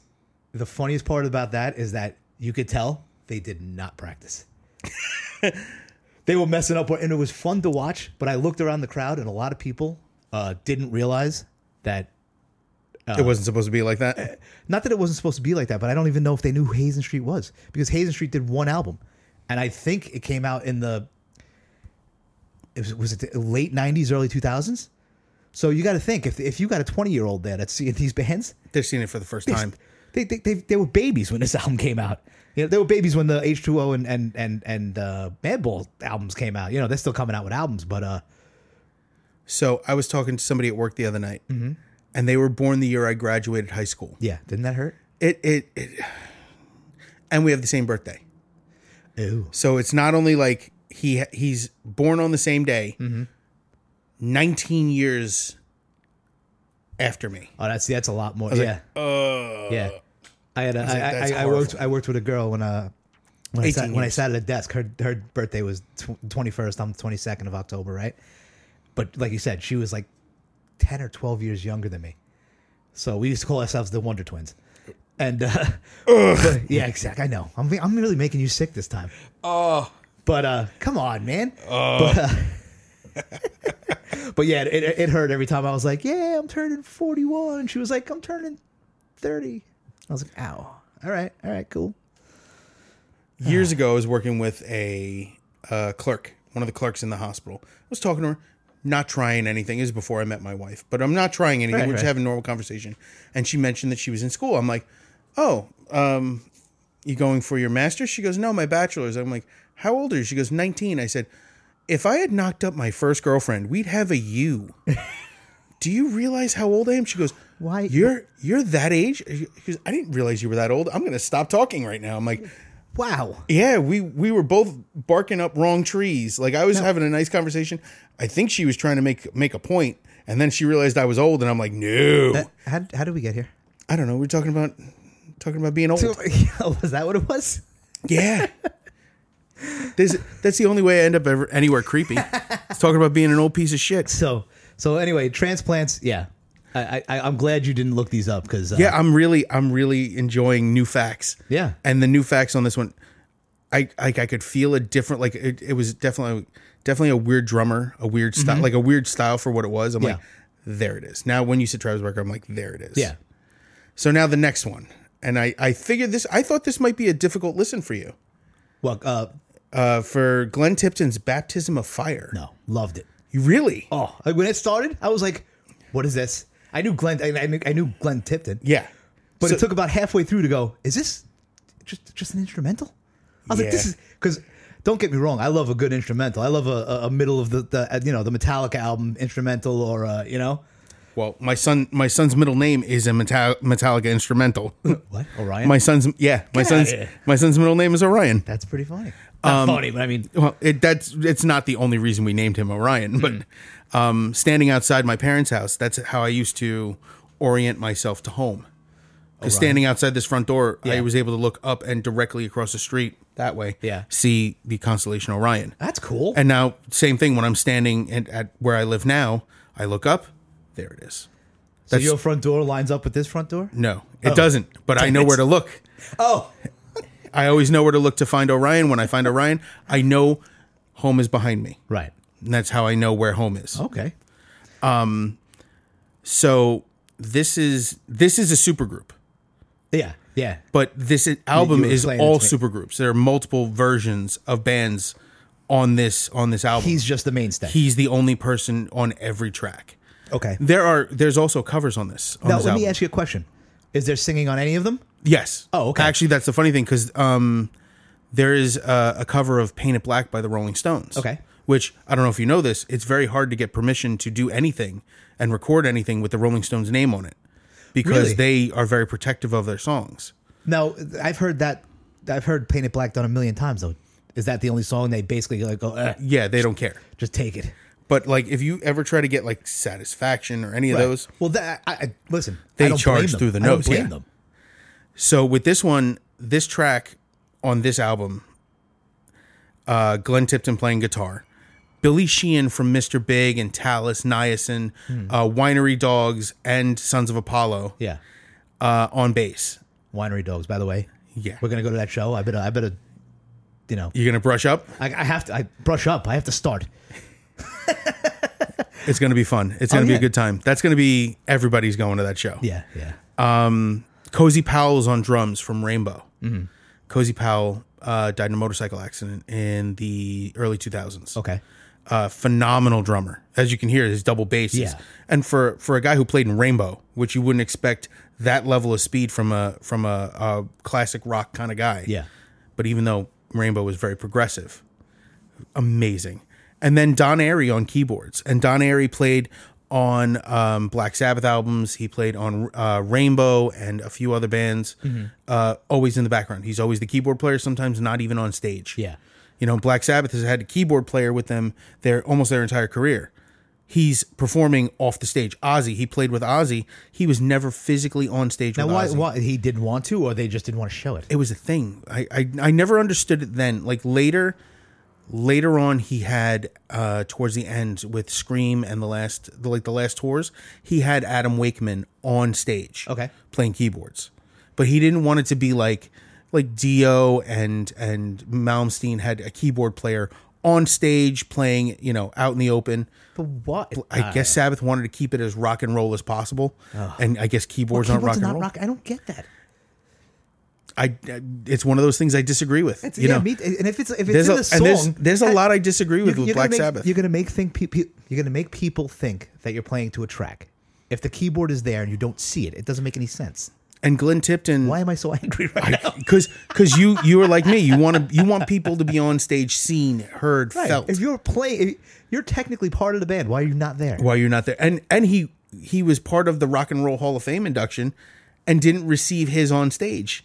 Speaker 2: the funniest part about that is that you could tell they did not practice. they were messing up, and it was fun to watch. But I looked around the crowd, and a lot of people uh, didn't realize that.
Speaker 1: it wasn't supposed to be like that.
Speaker 2: Not that it wasn't supposed to be like that, but I don't even know if they knew who Hazen Street was because Hazen Street did one album, and I think it came out in the. It was, was it the late '90s, early 2000s? So you got to think if if you got a 20 year old there that's seeing these [LAUGHS] bands,
Speaker 1: They're seeing it for the first
Speaker 2: They-
Speaker 1: time.
Speaker 2: They, they, they, they were babies when this [LAUGHS] album came out. You know, they were babies when the H2O and and and and uh, Madball albums came out. You know, they're still coming out with albums, but uh,
Speaker 1: So I was talking to somebody at work the other night, and they were born the year I graduated high school.
Speaker 2: yeah, didn't that hurt?
Speaker 1: It it, it and we have the same birthday.
Speaker 2: Ew.
Speaker 1: So it's not only like he he's born on the same day, nineteen years after me.
Speaker 2: Oh, that's that's a lot more.
Speaker 1: like,
Speaker 2: yeah. yeah. uh, I had a, I, I,
Speaker 1: that's
Speaker 2: I, I worked I worked with a girl when uh when I, sat,
Speaker 1: 18
Speaker 2: when I
Speaker 1: years.
Speaker 2: sat at a desk. Her her birthday was twenty first. I'm twenty second of October, right? But like you said, she was like ten or twelve years younger than me. So we used to call ourselves the Wonder Twins. And uh, yeah, exactly. I know. I'm I'm really making you sick this time.
Speaker 3: Oh,
Speaker 2: But uh, come on, man. But, uh, [LAUGHS] but yeah, it, it hurt every time. I was like, yeah, I'm turning 41. She was like, I'm turning 30. I was like, ow. All right, all right, cool. Uh-huh.
Speaker 1: years ago, I was working with a uh, clerk, one of the clerks in the hospital. I was talking to her, not trying anything. It was before I met my wife, but I'm not trying anything.
Speaker 2: Right,
Speaker 1: We're just
Speaker 2: right.
Speaker 1: having a normal conversation. And she mentioned that she was in school. I'm like, oh, um, you going for your master's? She goes, no, my bachelor's. I'm like, how old are you? She goes, 19. I said, if I had knocked up my first girlfriend, we'd have a
Speaker 2: [LAUGHS]
Speaker 1: you. Do you realize how old I am? She goes,
Speaker 2: Why-
Speaker 1: You're you're that age? She goes, I didn't realize you were that old. I'm gonna stop talking right now. I'm like,
Speaker 2: Wow.
Speaker 1: yeah, we we were both barking up wrong trees. Like I was having a nice conversation. I think she was trying to make make a point, and then she realized I was old, and I'm like, no,
Speaker 2: How, how did we get here? [LAUGHS]
Speaker 1: I don't know. We're talking about talking about being old.
Speaker 2: was that what it was?
Speaker 1: yeah, There's, that's the only way I end up ever anywhere creepy. It's talking about being an old piece of shit.
Speaker 2: So, so anyway, transplants. Yeah, I, I I'm glad you didn't look these up because uh,
Speaker 1: Yeah, I'm really I'm really enjoying new facts.
Speaker 2: Yeah.
Speaker 1: and the new facts on this one, I like I could feel a different like it, it was definitely definitely a weird drummer, a weird style, like a weird style for what it was. I'm like,
Speaker 2: Mm-hmm. Yeah.
Speaker 1: there it is. Now when you said Travis Barker, I'm like, there it is.
Speaker 2: yeah.
Speaker 1: So now the next one, and I I figured this. I thought this might be a difficult listen for you.
Speaker 2: Well, uh,
Speaker 1: Uh, for Glenn Tipton's Baptism of Fire.
Speaker 2: no, loved it.
Speaker 1: You really?
Speaker 2: Oh, like, when it started, I was like, "What is this?" I knew Glenn. I, I knew- I knew Glenn Tipton.
Speaker 1: Yeah.
Speaker 2: But
Speaker 1: So-
Speaker 2: it took about halfway through to go, is this just just an instrumental? I was like, this
Speaker 1: Yeah.
Speaker 2: is because don't get me wrong, I love a good instrumental. I love a, a, a middle of the, the uh, you know the Metallica album instrumental or uh, you know
Speaker 1: Well, my son, my son's middle name is a Metal- Metallica instrumental. [LAUGHS]
Speaker 2: what Orion.
Speaker 1: my son's, yeah, my
Speaker 2: outta
Speaker 1: son's,
Speaker 2: here.
Speaker 1: my son's middle name is Orion.
Speaker 2: That's pretty funny.
Speaker 1: Um,
Speaker 2: Not funny, but I mean,
Speaker 1: Well, it, that's it's not the only reason we named him Orion, but
Speaker 2: Mm.
Speaker 1: um, standing outside my parents' house, that's how I used to orient myself to home. Because standing outside this front door, I
Speaker 2: Yeah.
Speaker 1: was able to look up and directly across the street that way.
Speaker 2: Yeah.
Speaker 1: see the constellation Orion.
Speaker 2: that's cool.
Speaker 1: And now, same thing when I'm standing at, at where I live now, I look up, there it is.
Speaker 2: so
Speaker 1: that's-
Speaker 2: your front door lines up with this front door.
Speaker 1: No, it doesn't. But I know where to look.
Speaker 2: Oh,
Speaker 1: I always know where to look to find Orion. When I find Orion, I know home is behind me.
Speaker 2: right.
Speaker 1: And that's how I know where home is.
Speaker 2: Okay.
Speaker 1: So this is this is a supergroup,
Speaker 2: Yeah. Yeah.
Speaker 1: but this i- album
Speaker 2: you
Speaker 1: is
Speaker 2: explained it
Speaker 1: all
Speaker 2: to me.
Speaker 1: supergroups. There are multiple versions of bands on this on this album.
Speaker 2: He's just the mainstay.
Speaker 1: He's the only person on every track.
Speaker 2: okay.
Speaker 1: There are there's also covers on this. On
Speaker 2: Now
Speaker 1: this
Speaker 2: let me
Speaker 1: album.
Speaker 2: ask you a question: Is there singing on any of them?
Speaker 1: Yes.
Speaker 2: Oh, okay.
Speaker 1: Actually, that's the funny thing because um, there is a, a cover of "Paint It Black" by the Rolling Stones.
Speaker 2: Okay.
Speaker 1: Which I don't know if you know this. It's very hard to get permission to do anything and record anything with the Rolling Stones name on it because they are very protective of their songs.
Speaker 2: Now, I've heard that. I've heard "Paint It Black" done a million times. Though, is that the only song they basically like? Go, eh,
Speaker 1: Yeah, they don't care.
Speaker 2: just take it.
Speaker 1: But like, if you ever try to get like satisfaction or any of those,
Speaker 2: Well, that I, I listen.
Speaker 1: They
Speaker 2: I don't
Speaker 1: charge
Speaker 2: blame them.
Speaker 1: through the
Speaker 2: I don't
Speaker 1: nose,
Speaker 2: blame
Speaker 1: yeah.
Speaker 2: them.
Speaker 1: So with this one, this track on this album, uh, Glenn Tipton playing guitar, Billy Sheehan from Mr. Big and Talus, Niacin,
Speaker 2: Hmm.
Speaker 1: uh, Winery Dogs, and Sons of Apollo
Speaker 2: Yeah.
Speaker 1: uh, on bass.
Speaker 2: Winery Dogs. By the way,
Speaker 1: Yeah,
Speaker 2: we're gonna go to that show. I better. I better. You know,
Speaker 1: you're gonna brush up.
Speaker 2: I, I have to. I brush up. I have to start.
Speaker 1: It's gonna be fun. It's gonna be
Speaker 2: Oh, yeah.
Speaker 1: a good time. That's gonna be everybody's going to that show.
Speaker 2: Yeah. Yeah.
Speaker 1: Cozy Powell's on drums from Rainbow.
Speaker 2: Mm-hmm.
Speaker 1: Cozy Powell uh, died in a motorcycle accident in the early 2000s.
Speaker 2: Okay.
Speaker 1: uh, phenomenal drummer. As you can hear, his double bass. is-
Speaker 2: Yeah.
Speaker 1: And for for a guy who played in Rainbow, which you wouldn't expect that level of speed from a from a, a classic rock kind of guy.
Speaker 2: Yeah.
Speaker 1: But even though Rainbow was very progressive, amazing. And then Don Airy on keyboards, and Don Airy played on um, Black Sabbath albums. He played on uh, Rainbow and a few other bands.
Speaker 2: Mm-hmm.
Speaker 1: Uh, always in the background. He's always the keyboard player. Sometimes not even on stage.
Speaker 2: Yeah.
Speaker 1: You know, Black Sabbath has had a keyboard player with them their almost their entire career. He's performing off the stage. Ozzy, he played with Ozzy. He was never physically on stage
Speaker 2: Now,
Speaker 1: with
Speaker 2: why,
Speaker 1: Ozzy.
Speaker 2: why he didn't want to, or they just didn't want to show it?
Speaker 1: It was a thing. I, I I never understood it then. Like later, Later on, he had uh, towards the end with Scream and the last, the, like the last tours, he had Adam Wakeman on stage,
Speaker 2: Okay.
Speaker 1: playing keyboards, but he didn't want it to be like, like Dio and and Malmsteen had a keyboard player on stage playing, you know, out in the open.
Speaker 2: But what?
Speaker 1: I guess Sabbath wanted to keep it as rock and roll as possible, and I guess keyboards aren't rock
Speaker 2: Keyboards
Speaker 1: and
Speaker 2: not
Speaker 1: roll.
Speaker 2: rock. I don't get that.
Speaker 1: I, I- it's one of those things I disagree with.
Speaker 2: It's,
Speaker 1: you
Speaker 2: yeah,
Speaker 1: know,
Speaker 2: me, and if it's if it's
Speaker 1: there's
Speaker 2: in
Speaker 1: a,
Speaker 2: the song,
Speaker 1: and there's there's a
Speaker 2: I-
Speaker 1: lot I disagree with
Speaker 2: you're,
Speaker 1: with
Speaker 2: you're
Speaker 1: Black
Speaker 2: gonna make,
Speaker 1: Sabbath.
Speaker 2: You're gonna make think pe- pe- you're gonna make people think that you're playing to a track. If the keyboard is there and you don't see it, it doesn't make any sense.
Speaker 1: and Glenn Tipton,
Speaker 2: Why am I so [LAUGHS] angry right now?
Speaker 1: because because you you are like me. You want to you want people to be on stage, seen, heard,
Speaker 2: Right.
Speaker 1: felt.
Speaker 2: If you're playing, if you're technically part of the band. Why are you not there?
Speaker 1: while you're not there. And and he he was part of the Rock and Roll Hall of Fame induction, and didn't receive his on stage.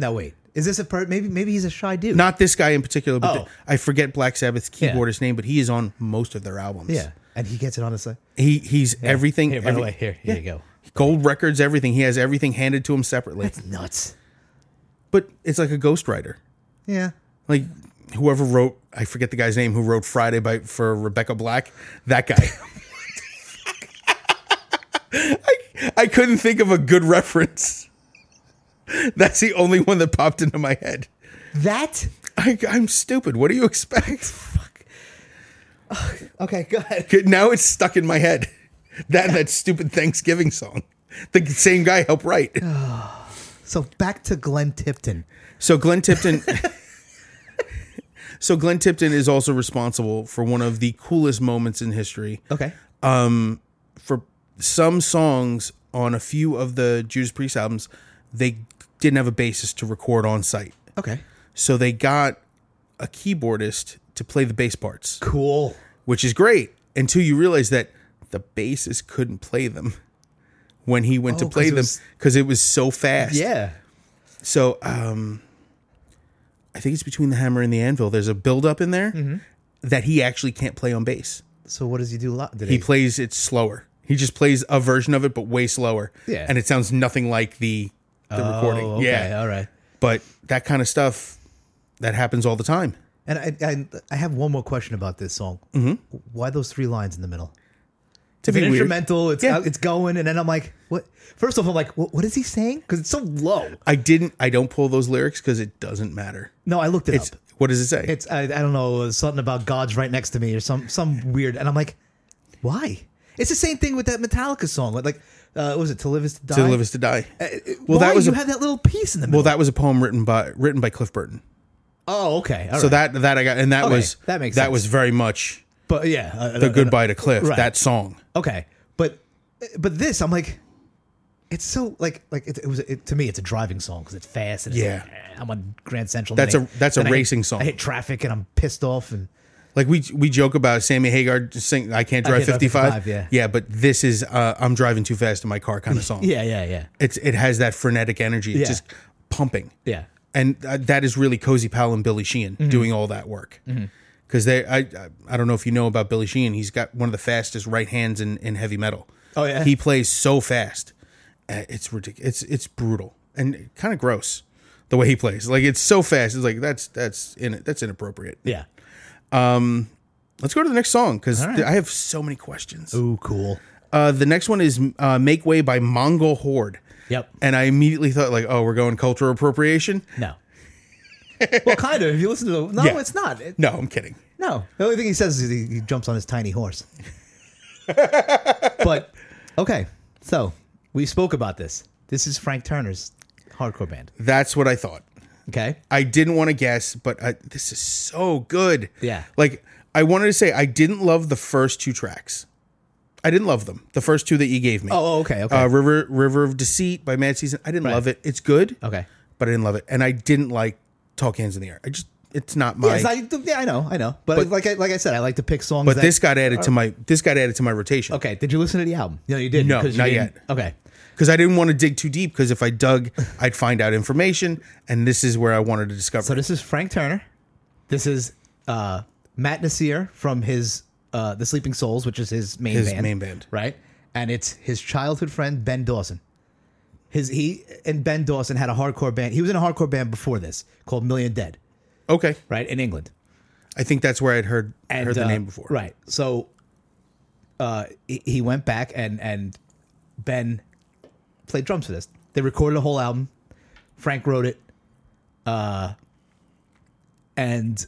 Speaker 2: Now wait, is this a part? Maybe maybe he's a shy dude.
Speaker 1: Not this guy in particular, but
Speaker 2: Oh.
Speaker 1: the- I forget Black Sabbath's
Speaker 2: Yeah.
Speaker 1: keyboardist name, but he is on most of their albums.
Speaker 2: yeah, and he gets it on his side.
Speaker 1: he he's everything.
Speaker 2: Here, by
Speaker 1: every-
Speaker 2: the way, here, here you go.
Speaker 1: gold records, everything. He has everything handed to him separately.
Speaker 2: It's nuts.
Speaker 1: but it's like a ghostwriter.
Speaker 2: Yeah.
Speaker 1: Like whoever wrote, I forget the guy's name, who wrote Friday by for Rebecca Black. That guy. [LAUGHS] I, I couldn't think of a good reference. That's the only one that popped into my head.
Speaker 2: That.
Speaker 1: I, I'm stupid. What do you expect?
Speaker 2: Okay. Go ahead.
Speaker 1: Good, Now it's stuck in my head. That and that stupid Thanksgiving song. The same guy helped write.
Speaker 2: So back to Glenn Tipton.
Speaker 1: So Glenn Tipton. [LAUGHS] so Glenn Tipton is also responsible for one of the coolest moments in history.
Speaker 2: Okay.
Speaker 1: For some songs on a few of the Judas Priest albums, they didn't have a bassist to record on site,
Speaker 2: Okay.
Speaker 1: so they got a keyboardist to play the bass parts,
Speaker 2: Cool.
Speaker 1: which is great until you realize that the bassist couldn't play them [LAUGHS] when he went to
Speaker 2: Oh, 'cause
Speaker 1: play
Speaker 2: it
Speaker 1: them
Speaker 2: was-
Speaker 1: because it was so fast.
Speaker 2: Yeah.
Speaker 1: So um I think it's between the hammer and the anvil. There's a buildup in there
Speaker 2: Mm-hmm.
Speaker 1: that he actually can't play on bass.
Speaker 2: So what does he do? lo- Did
Speaker 1: He plays it slower. He just plays a version of it, but way slower.
Speaker 2: Yeah.
Speaker 1: And it sounds nothing like the the recording.
Speaker 2: Oh, okay.
Speaker 1: Yeah.
Speaker 2: All right.
Speaker 1: But that kind of stuff that happens all the time.
Speaker 2: And I, I I have one more question about this song. Why those three lines in the middle?
Speaker 1: Mm-hmm. To
Speaker 2: It's
Speaker 1: be
Speaker 2: an
Speaker 1: weird.
Speaker 2: instrumental. It's
Speaker 1: Yeah.
Speaker 2: out- it's going, and then I'm like, what? First off, I'm like, what, what is he saying? Because it's so low.
Speaker 1: I didn't I don't pull those lyrics because it doesn't matter.
Speaker 2: No, I looked it
Speaker 1: It's
Speaker 2: up.
Speaker 1: what does it say?
Speaker 2: It's I, I don't know it was something about God's right next to me or some some weird, and I'm like, why? It's the same thing with that Metallica song. Like, uh, what was it To Live Is to Die?
Speaker 1: to live is to die.
Speaker 2: well,
Speaker 1: well,
Speaker 2: why
Speaker 1: that was
Speaker 2: you
Speaker 1: a-
Speaker 2: have that little piece in the middle?
Speaker 1: well, that was a poem written by written by Cliff Burton.
Speaker 2: oh, okay. All
Speaker 1: So
Speaker 2: right.
Speaker 1: that that I got and that
Speaker 2: Okay,
Speaker 1: was
Speaker 2: that makes
Speaker 1: that
Speaker 2: sense.
Speaker 1: was very much
Speaker 2: but yeah, uh,
Speaker 1: the goodbye to Cliff.
Speaker 2: Right.
Speaker 1: That song.
Speaker 2: Okay, but but this, I'm like, it's so like like it, it was it, to me, it's a driving song because it's fast and it's
Speaker 1: Yeah.
Speaker 2: like, eh, I'm on Grand Central.
Speaker 1: That's
Speaker 2: then
Speaker 1: a- that's a
Speaker 2: then I hit-
Speaker 1: racing song.
Speaker 2: I hit traffic and I'm pissed off and
Speaker 1: Like we we joke about Sammy Hagar just sing I can't drive
Speaker 2: Can't Drive
Speaker 1: 55.
Speaker 2: 55, yeah.
Speaker 1: but this is uh, I'm driving too fast in my car
Speaker 2: [LAUGHS]
Speaker 1: kind of song.
Speaker 2: yeah, yeah, yeah,
Speaker 1: It's it has that frenetic energy. It's
Speaker 2: Yeah.
Speaker 1: just pumping.
Speaker 2: yeah. Mm-hmm.
Speaker 1: And uh, that is really Cozy Powell and Billy Sheehan doing all that work. Cuz they I I- I don't know if you know about Billy Sheehan, he's got one of the fastest right hands in in heavy metal.
Speaker 2: Oh, yeah?
Speaker 1: He plays so fast. Uh, It's ridiculous. It's it's brutal and kind of gross the way he plays. Like it's so fast. It's like that's that's in that's inappropriate.
Speaker 2: Yeah.
Speaker 1: Let's go to the next song because
Speaker 2: right.
Speaker 1: I have so many questions.
Speaker 2: Ooh, cool.
Speaker 1: Uh, the next one is uh, "Make Way" by Mongol Horde.
Speaker 2: Yep.
Speaker 1: And I immediately thought, like, oh, we're going cultural appropriation.
Speaker 2: No. well, kind of. If you listen to the no,
Speaker 1: Yeah.
Speaker 2: it's not. It-
Speaker 1: No, I'm kidding.
Speaker 2: no, the only thing he says is he, he jumps on his tiny horse. but okay, so we spoke about this. This is Frank Turner's hardcore band.
Speaker 1: That's what I thought.
Speaker 2: Okay.
Speaker 1: I didn't want to guess, but I, this is so good.
Speaker 2: Yeah.
Speaker 1: Like, I wanted to say I didn't love the first two tracks. I didn't love them. The first two that you gave me.
Speaker 2: Oh, okay, okay.
Speaker 1: Uh, River River of Deceit by Mad Season. I didn't love it. It's good.
Speaker 2: Okay.
Speaker 1: But I didn't love it, and I didn't like Talk Hands in the Air. I just it's not my.
Speaker 2: Yeah, it's not- yeah, I know, I know. But, like, I, like I said, I like to pick songs.
Speaker 1: But
Speaker 2: that,
Speaker 1: this got added to my this got added to my rotation
Speaker 2: okay? Did you listen to the album? No, you didn't.
Speaker 1: No,
Speaker 2: 'cause you
Speaker 1: not
Speaker 2: didn't-
Speaker 1: yet.
Speaker 2: Okay,
Speaker 1: because I didn't want to dig too deep because if I dug, I'd find out information, and this is where I wanted to discover.
Speaker 2: so this is Frank Turner. This is uh, Matt Nasir from his uh, The Sleeping Souls, which is his main
Speaker 1: His
Speaker 2: band,
Speaker 1: main band.
Speaker 2: right? And it's his childhood friend Ben Dawson. His he and Ben Dawson had a hardcore band. He was in a hardcore band before this called Million Dead,
Speaker 1: okay,
Speaker 2: right in England.
Speaker 1: I think that's where I'd heard
Speaker 2: and,
Speaker 1: heard the
Speaker 2: uh,
Speaker 1: name before.
Speaker 2: Right. So uh, he, he went back and and Ben played drums for this. They recorded a whole album. Frank wrote it. Uh, and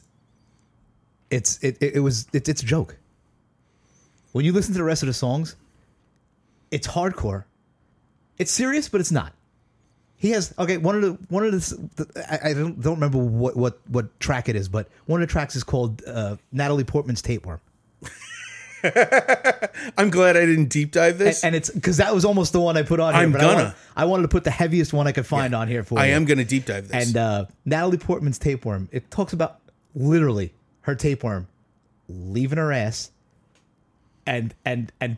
Speaker 2: it's it it, it was it's it's a joke. When you listen to the rest of the songs, it's hardcore. It's serious, but it's not. He has okay. One of the one of the, I, I don't don't remember what what what track it is, but one of the tracks is called uh, Natalie Portman's Tapeworm,
Speaker 1: I'm glad I didn't deep dive
Speaker 2: and,
Speaker 1: this.
Speaker 2: and it's because that was almost the one I put on. Here,
Speaker 1: I'm
Speaker 2: I,
Speaker 1: gonna.
Speaker 2: wanted, I wanted to put the heaviest one I could find on here for
Speaker 1: I
Speaker 2: you.
Speaker 1: am going to deep dive this.
Speaker 2: And uh, Natalie Portman's Tapeworm. It talks about literally her tapeworm leaving her ass, and and and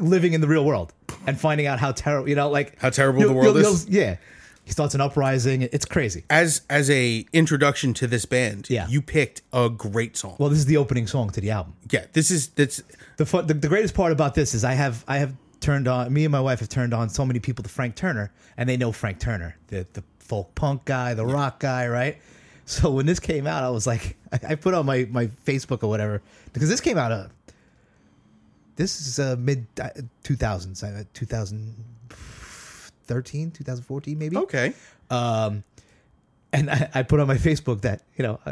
Speaker 2: living in the real world and finding out how terrible you know like
Speaker 1: How terrible the
Speaker 2: you'll-
Speaker 1: world
Speaker 2: you'll-
Speaker 1: is?
Speaker 2: you'll- yeah, he starts an uprising. It's crazy.
Speaker 1: as as a introduction to this band,
Speaker 2: Yeah.
Speaker 1: you picked a great song.
Speaker 2: Well, this is the opening song to the album.
Speaker 1: yeah, this is that's
Speaker 2: The, fun, the the greatest part about this is I have I have turned on me and my wife have turned on so many people to Frank Turner, and they know Frank Turner, the the folk punk guy, the rock guy, right? So when this came out, I was like, [LAUGHS] I, I put on my my Facebook or whatever because this came out uh, this is uh, mid two thousands, uh, two thousand thirteen, two thousand fourteen, maybe.
Speaker 1: okay.
Speaker 2: and I, I put on my Facebook that you know I,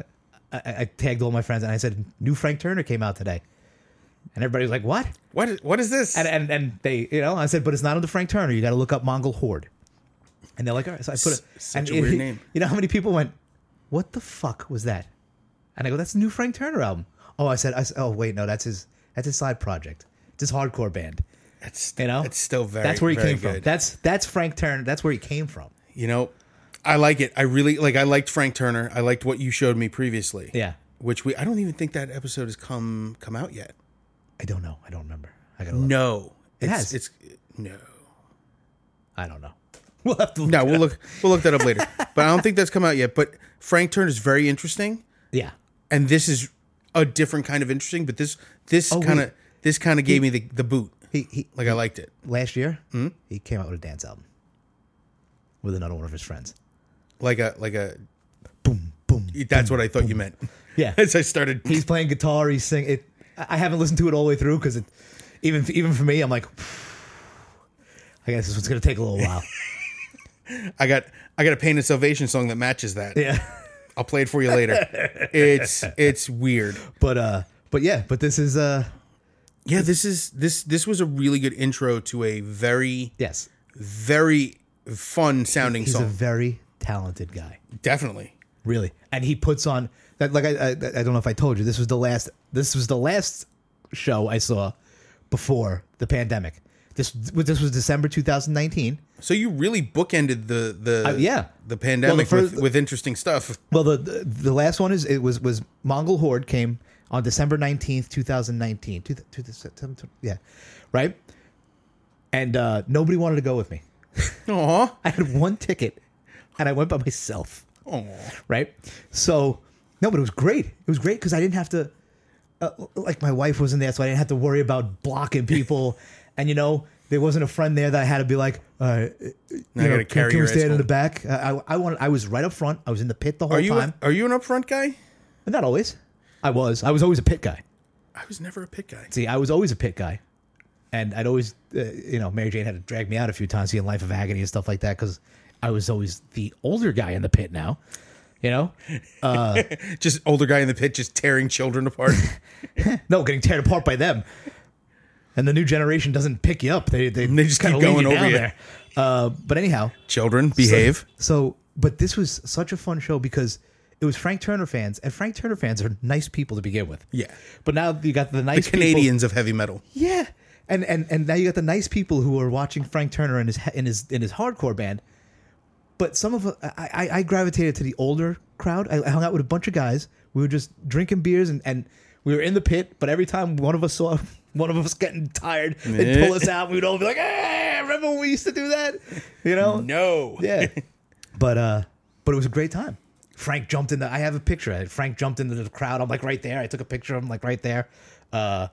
Speaker 2: I, I tagged all my friends and I said new Frank Turner came out today, and everybody was like, "What?"
Speaker 1: What is- what is this?
Speaker 2: And and and they you know I said, "But it's not under Frank Turner. You got to look up Mongol Horde," and they're like, "All right." So I put it.
Speaker 1: S- such
Speaker 2: and
Speaker 1: a weird
Speaker 2: it-
Speaker 1: name.
Speaker 2: You know how many people went, "What the fuck was that?" And I go, "That's the new Frank Turner album." Oh, I said, I, s- "Oh wait, no, that's his that's his side project. It's his hardcore band."
Speaker 1: That's
Speaker 2: You know,
Speaker 1: it's still very.
Speaker 2: That's where he
Speaker 1: very
Speaker 2: came from.
Speaker 1: good.
Speaker 2: That's that's Frank Turner. That's where he came from.
Speaker 1: you know, I like it. I really like. I liked Frank Turner. I liked what you showed me previously.
Speaker 2: Yeah.
Speaker 1: which we I don't even think that episode has come come out yet.
Speaker 2: I don't know. I don't remember. I gotta. Look.
Speaker 1: No, it's,
Speaker 2: has.
Speaker 1: It's no.
Speaker 2: I don't know. [LAUGHS] We'll have to. Look
Speaker 1: No,
Speaker 2: it
Speaker 1: we'll
Speaker 2: up.
Speaker 1: look we'll look that up
Speaker 2: [LAUGHS]
Speaker 1: later. But I don't think that's come out yet. But Frank Turner is very interesting,
Speaker 2: Yeah.
Speaker 1: and this is a different kind of interesting. But this this
Speaker 2: Oh,
Speaker 1: kind
Speaker 2: wait.
Speaker 1: of this kind of gave me the the boot.
Speaker 2: He he
Speaker 1: Like I liked it.
Speaker 2: last year
Speaker 1: Hmm?
Speaker 2: he came out with a dance album with another one of his friends.
Speaker 1: Like a like a.
Speaker 2: Boom boom.
Speaker 1: That's what I thought you meant.
Speaker 2: Yeah.
Speaker 1: [LAUGHS] As I started,
Speaker 2: He's playing guitar. He's singing. It. I I haven't listened to it all the way through because it, even even for me, I'm like, I guess this one's gonna take a little while.
Speaker 1: I got I got a Pain and Salvation song that matches that.
Speaker 2: yeah.
Speaker 1: I'll play it for you later. it's it's weird.
Speaker 2: [LAUGHS] But uh. But yeah. But this is uh.
Speaker 1: Yeah, this is this this was a really good intro to a very
Speaker 2: Yes.
Speaker 1: very fun sounding
Speaker 2: He's a
Speaker 1: song.
Speaker 2: very talented guy.
Speaker 1: Definitely.
Speaker 2: Really. And he puts on that like I, I I don't know if I told you this was the last this was the last show I saw before the pandemic. This this was December 2019.
Speaker 1: So you really bookended the the
Speaker 2: Uh, yeah.
Speaker 1: the pandemic
Speaker 2: Well, the
Speaker 1: with,
Speaker 2: fir-
Speaker 1: with interesting stuff.
Speaker 2: Well, the, the the last one is it was was Mongol Horde came on December nineteenth, two thousand nineteen. Two, two, yeah, right. And uh, nobody wanted to go with me. [LAUGHS]
Speaker 1: Aw.
Speaker 2: I had one ticket, and I went by myself.
Speaker 1: Aw.
Speaker 2: Right. So no, but it was great. It was great because I didn't have to. Uh, like my wife wasn't there, so I didn't have to worry
Speaker 1: [LAUGHS]
Speaker 2: about blocking people, and you know there wasn't a friend there that I had to be like, uh, you
Speaker 1: I
Speaker 2: know,
Speaker 1: gotta
Speaker 2: can,
Speaker 1: carry
Speaker 2: can
Speaker 1: your ass
Speaker 2: we stand in the
Speaker 1: home.
Speaker 2: back? Uh, I I wanted, I was right up front. I was in the pit the whole
Speaker 1: Are you
Speaker 2: time.
Speaker 1: are you an upfront guy?
Speaker 2: But not always. I was. I was always a pit guy.
Speaker 1: I was never a pit guy.
Speaker 2: See, I was always a pit guy, and I'd always, uh, you know, Mary Jane had to drag me out a few times, seeing Life of Agony and stuff like that, because I was always the older guy in the pit now. You know,
Speaker 1: Just older guy in the pit just tearing children
Speaker 2: [LAUGHS]
Speaker 1: apart.
Speaker 2: no, getting teared apart by them, and the new generation doesn't pick you up. They they,
Speaker 1: They just
Speaker 2: kinda
Speaker 1: keep
Speaker 2: leave
Speaker 1: going
Speaker 2: you
Speaker 1: over
Speaker 2: down
Speaker 1: you.
Speaker 2: there. Uh, but anyhow,
Speaker 1: children behave.
Speaker 2: So, but this was such a fun show because it was Frank Turner fans, and Frank Turner fans are nice people to begin with.
Speaker 1: Yeah.
Speaker 2: But now you got the
Speaker 1: the
Speaker 2: nice people-
Speaker 1: Canadians of heavy metal.
Speaker 2: Yeah, and and and now you got the nice people who are watching Frank Turner and his in his in his hardcore band, but some of I, I, I gravitated to the older crowd. I, I hung out with a bunch of guys. We were just drinking beers and and we were in the pit. But every time one of us saw [LAUGHS] one of us getting tired, they'd pull us out. We'd all be like, "Hey, remember when we used to do that?" You know?
Speaker 1: No.
Speaker 2: Yeah. [LAUGHS] But uh, but it was a great time. Frank jumped into. I have a picture. Frank jumped into the crowd. I'm like right there. I took a picture of him like right there. Uh,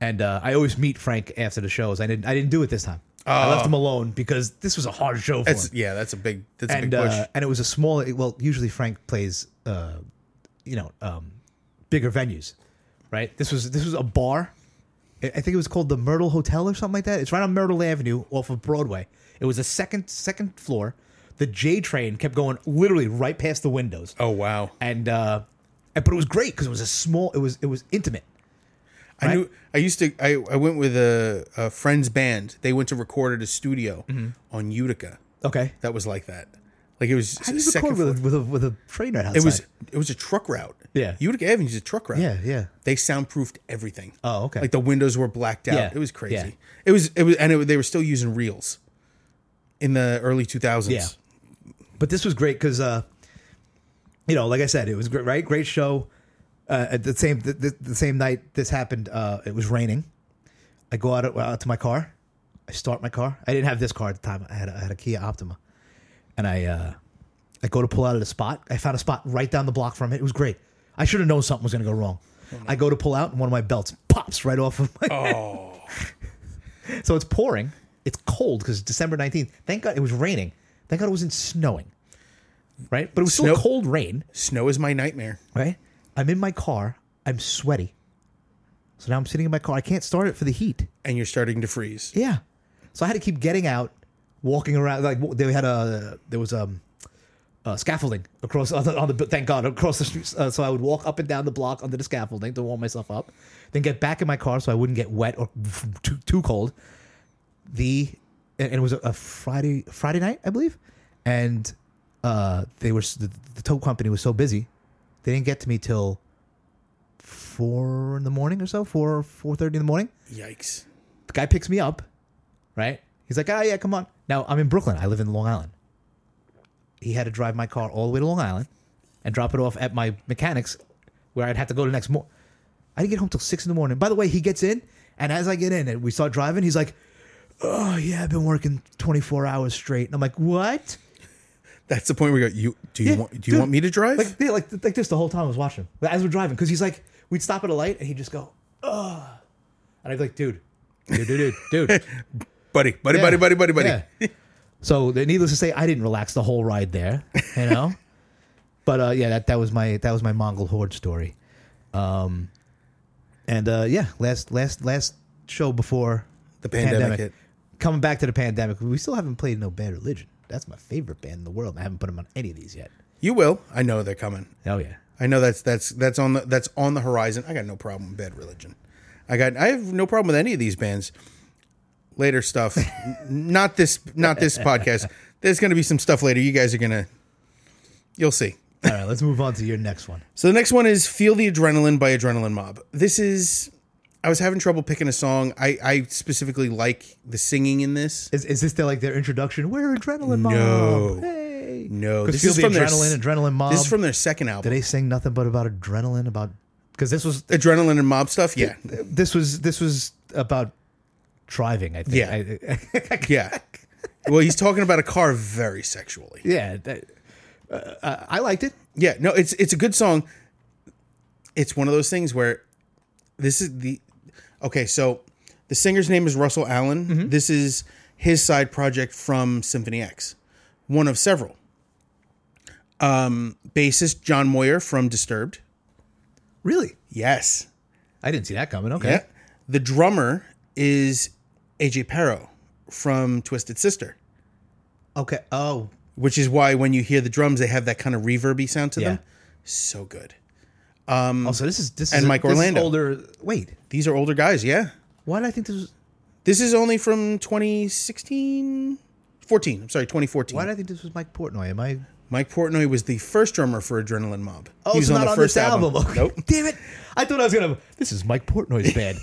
Speaker 2: and uh, I always meet Frank after the shows. I didn't. I didn't do it this time. I left him alone because this was a hard show for
Speaker 1: That's
Speaker 2: him.
Speaker 1: yeah, that's a big that's a
Speaker 2: And
Speaker 1: big push.
Speaker 2: uh, and it was a small. Well, usually Frank plays. Uh, you uh, know, um, bigger venues, right? This was this was a bar. I I think it was called the Myrtle Hotel or something like that. It's right on Myrtle Avenue off of Broadway. It was a second second floor. The J train kept going literally right past the windows,
Speaker 1: Oh wow!
Speaker 2: and uh, and- but it was great because it was a small. It was it was intimate.
Speaker 1: I knew. I used to. I, I went with a, a friend's band. They went to record at a studio
Speaker 2: Mm-hmm.
Speaker 1: on Utica.
Speaker 2: Okay,
Speaker 1: That was like that. Like it was
Speaker 2: how do you
Speaker 1: second.
Speaker 2: record
Speaker 1: floor.
Speaker 2: with, a- with a with a train right outside?
Speaker 1: It was it was a truck route.
Speaker 2: Yeah.
Speaker 1: Utica Avenue's a truck route.
Speaker 2: Yeah, yeah.
Speaker 1: They soundproofed everything.
Speaker 2: Oh, okay.
Speaker 1: Like the windows were blacked out.
Speaker 2: Yeah,
Speaker 1: It was crazy.
Speaker 2: yeah.
Speaker 1: It was it was and it, they were still using reels in the early 2000s.
Speaker 2: Yeah. But this was great because, uh, you know, like I said, it was great, right? Great show. Uh, at the same the, the, the same night this happened, uh, it was raining. I go out, out to my car. I start my car. I didn't have this car at the time. I had a, I had a Kia Optima, and I uh, I go to pull out of the spot. I found a spot right down the block from it. It was great. I should have known something was going to go wrong. I go to pull out, and one of my belts pops right off of my. [LAUGHS] so it's pouring. It's cold because December nineteenth. Thank God it was raining. Thank God it wasn't snowing. Right, but it was still
Speaker 1: Snow-
Speaker 2: cold rain.
Speaker 1: Snow is my nightmare.
Speaker 2: Right, I'm in my car. I'm sweaty. So now I'm sitting in my car. I can't start it for the heat.
Speaker 1: And you're starting to freeze.
Speaker 2: Yeah. So I had to keep getting out, walking around. Like w- they had a there was um uh, scaffolding across on the, on the thank God across the street. Uh, so I would walk up and down the block under the scaffolding to warm myself up, then get back in my car so I wouldn't get wet or too too cold. The and and it was a, a Friday Friday night I believe, and uh they were s- the, the tow company was so busy they didn't get to me till four in the morning or so four four thirty in the morning
Speaker 1: Yikes.
Speaker 2: the guy picks me up, right? He's like, ah, yeah, come on. Now I'm in Brooklyn. I live in Long Island. He had to drive my car all the way to Long Island and drop it off at my mechanics where I'd have to go the next morning. I didn't get home till six in the morning. By the way, he gets in, and as I get in and we start driving, he's like, oh, yeah, I've been working 24 hours straight. And I'm like, what?
Speaker 1: That's the point where you go, you do you
Speaker 2: Yeah,
Speaker 1: want do you
Speaker 2: dude.
Speaker 1: want me to drive?
Speaker 2: Like, yeah, like, like this the whole time I was watching him as we're driving because he's like, we'd stop at a light and he'd just go, oh. And I'd be like, dude, dude, dude, dude, dude.
Speaker 1: buddy, buddy, buddy, buddy, buddy, buddy.
Speaker 2: Yeah. so the- needless to say, I didn't relax the whole ride there, you
Speaker 1: [LAUGHS]
Speaker 2: know. but uh, yeah, that, that was my that was my Mongol horde story. Um, and uh, yeah, last last last show before
Speaker 1: The pandemic hit.
Speaker 2: Coming back to the pandemic, we still haven't played No Bad Religion. That's my favorite band in the world. I haven't put them on any of these yet.
Speaker 1: You will. I know they're coming.
Speaker 2: Oh yeah,
Speaker 1: I know that's that's that's on the that's on the horizon. I got no problem with bad religion. I got I have no problem with any of these bands. Later
Speaker 2: [LAUGHS]
Speaker 1: stuff, N- not this not this podcast. There's going to be some stuff later. You guys are gonna, you'll see.
Speaker 2: all right. Let's move on to your next one.
Speaker 1: So the next one is "Feel the Adrenaline" by Adrenaline Mob. This is I was having trouble picking a song. I I specifically like the singing in this.
Speaker 2: Is, is this their like their introduction? We're adrenaline mob.
Speaker 1: No.
Speaker 2: hey.
Speaker 1: No, this
Speaker 2: Because feel
Speaker 1: is
Speaker 2: the
Speaker 1: from their
Speaker 2: adrenaline,
Speaker 1: s-
Speaker 2: adrenaline mob.
Speaker 1: This is from their second
Speaker 2: Did
Speaker 1: album,
Speaker 2: they sing nothing but about adrenaline? About because this was
Speaker 1: Adrenaline and Mob stuff.
Speaker 2: [LAUGHS]
Speaker 1: Yeah,
Speaker 2: this was this was about driving. I think.
Speaker 1: Yeah.
Speaker 2: I- I- [LAUGHS]
Speaker 1: yeah. Well, he's talking about a car very sexually.
Speaker 2: yeah. that- uh, uh, I liked it.
Speaker 1: Yeah, no, it's it's a good song. It's one of those things where this is the okay. So the singer's name is Russell Allen.
Speaker 2: Mm-hmm.
Speaker 1: This is his side project from Symphony X, one of several. Um, bassist John Moyer from Disturbed.
Speaker 2: Really,
Speaker 1: Yes,
Speaker 2: I didn't see that coming. Okay.
Speaker 1: yeah. The drummer is AJ Perro from Twisted Sister,
Speaker 2: Okay. Oh,
Speaker 1: which is why when you hear the drums, they have that kind of reverby sound to them.
Speaker 2: Yeah.
Speaker 1: So good.
Speaker 2: oh. So this is this
Speaker 1: Mm. and
Speaker 2: is
Speaker 1: Mike
Speaker 2: this is
Speaker 1: Orlando.
Speaker 2: older. Wait,
Speaker 1: These are older guys. Yeah.
Speaker 2: why did I think this was?
Speaker 1: This is only from 2016, 14. I'm sorry, 2014.
Speaker 2: Why did I think this was Mike Portnoy? Am I?
Speaker 1: Mike Portnoy was the first drummer for Adrenaline Mob.
Speaker 2: Oh,
Speaker 1: He was
Speaker 2: it's not on this album. Okay. [LAUGHS]
Speaker 1: Nope.
Speaker 2: Damn it! I thought I was gonna. This is Mike
Speaker 1: [LAUGHS]
Speaker 2: Portnoy's band.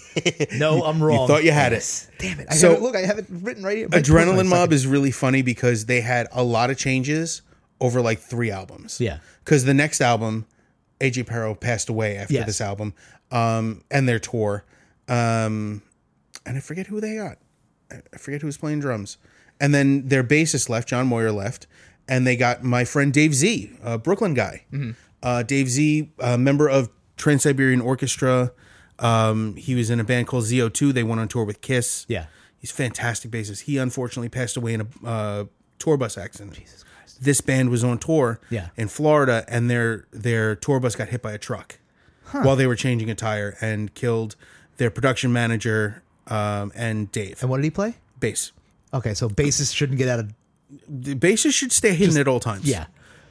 Speaker 2: no, I'm wrong.
Speaker 1: thought you had it.
Speaker 2: Damn it! I
Speaker 1: So-
Speaker 2: have it- look, I have it written right here. Mike Portnoy,
Speaker 1: Adrenaline
Speaker 2: suck
Speaker 1: Mob
Speaker 2: it.
Speaker 1: is really funny because they had a lot of changes over like three albums.
Speaker 2: Yeah.
Speaker 1: Because the next album, AJ Perro passed away after
Speaker 2: Yes.
Speaker 1: this album, um, and their tour, um, and I forget who they got. I I forget who was playing drums. And then their bassist left, John Moyer left, and they got my friend Dave Z, a Brooklyn guy.
Speaker 2: Mm-hmm.
Speaker 1: Uh, Dave Z, a member of Trans Siberian Orchestra. Um, he was in a band called ZO2. They went on tour with Kiss.
Speaker 2: Yeah.
Speaker 1: He's fantastic bassist. He unfortunately passed away in a uh, tour bus accident. Jesus Christ. This band was on tour
Speaker 2: Yeah.
Speaker 1: in Florida, and their their tour bus got hit by a truck. while they were changing a tire and killed their production manager um, and Dave.
Speaker 2: And what did he play?
Speaker 1: Bass.
Speaker 2: Okay, so bassist shouldn't get out of
Speaker 1: The bassist should stay hidden at all times.
Speaker 2: yeah.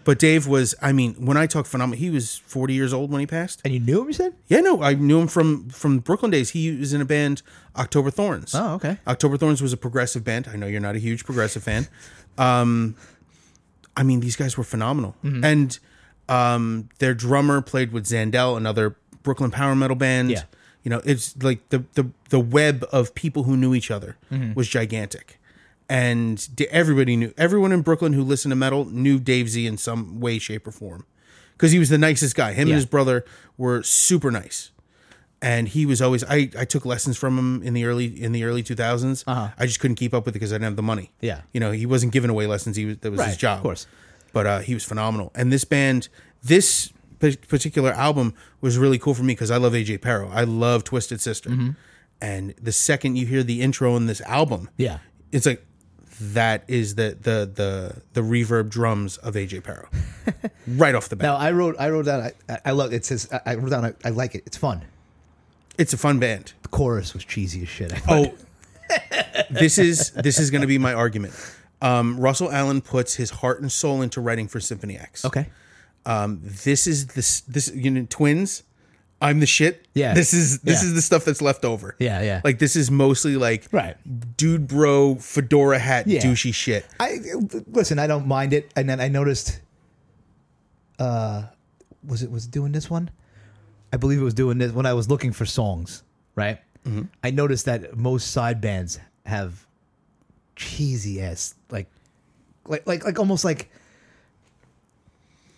Speaker 1: But Dave was, I mean, when I talk phenomenal, he was 40 years old when he passed.
Speaker 2: And you knew him, you said?
Speaker 1: Yeah, no, I knew him from from Brooklyn days. He was in a band, October Thorns.
Speaker 2: Oh, okay.
Speaker 1: October Thorns was a progressive band. I know you're not a huge progressive fan. Um, I mean, these guys were phenomenal,
Speaker 2: Mm-hmm.
Speaker 1: and um, their drummer played with Zandel, another Brooklyn power metal band.
Speaker 2: Yeah.
Speaker 1: you know, it's like the the the web of people who knew each other
Speaker 2: Mm-hmm.
Speaker 1: was gigantic, and d- everybody knew everyone in Brooklyn who listened to metal knew Dave Z in some way, shape, or form, because he was the nicest guy. Him
Speaker 2: Yeah.
Speaker 1: and his brother were super nice and he was always I, I took lessons from him in the early in the early 2000s
Speaker 2: Uh-huh.
Speaker 1: i just couldn't keep up with it because i didn't have the money
Speaker 2: Yeah.
Speaker 1: you know he wasn't giving away lessons he was that was
Speaker 2: Right,
Speaker 1: his
Speaker 2: of
Speaker 1: job
Speaker 2: course.
Speaker 1: but uh, he was phenomenal and this band this pa- particular album was really cool for me because i love aj Perro. i love twisted sister
Speaker 2: Mm-hmm.
Speaker 1: and the second you hear the intro in this album
Speaker 2: Yeah.
Speaker 1: it's like that is the the the the reverb drums of aj
Speaker 2: [LAUGHS]
Speaker 1: Perro, right off the bat
Speaker 2: Now I wrote I wrote down I, I- I love it says I, I wrote down I, I like it. It's fun.
Speaker 1: it's a fun band
Speaker 2: The chorus was cheesy as shit. I thought.
Speaker 1: Oh, [LAUGHS] this is this is going to be my argument. Um, Russell Allen puts his heart and soul into writing for Symphony X.
Speaker 2: okay.
Speaker 1: Um, this is this this you know twins. I'm the shit.
Speaker 2: Yeah.
Speaker 1: This is this
Speaker 2: Yeah.
Speaker 1: is the stuff that's left over.
Speaker 2: Yeah, yeah.
Speaker 1: Like this is mostly like
Speaker 2: Right.
Speaker 1: dude, bro, fedora hat,
Speaker 2: Yeah.
Speaker 1: douchey shit.
Speaker 2: I listen. I don't mind it. And then I noticed, uh, was it was it doing this one? I believe it was doing this when I was looking for songs. Right. I noticed that most side bands have cheesy ass like, like like like almost like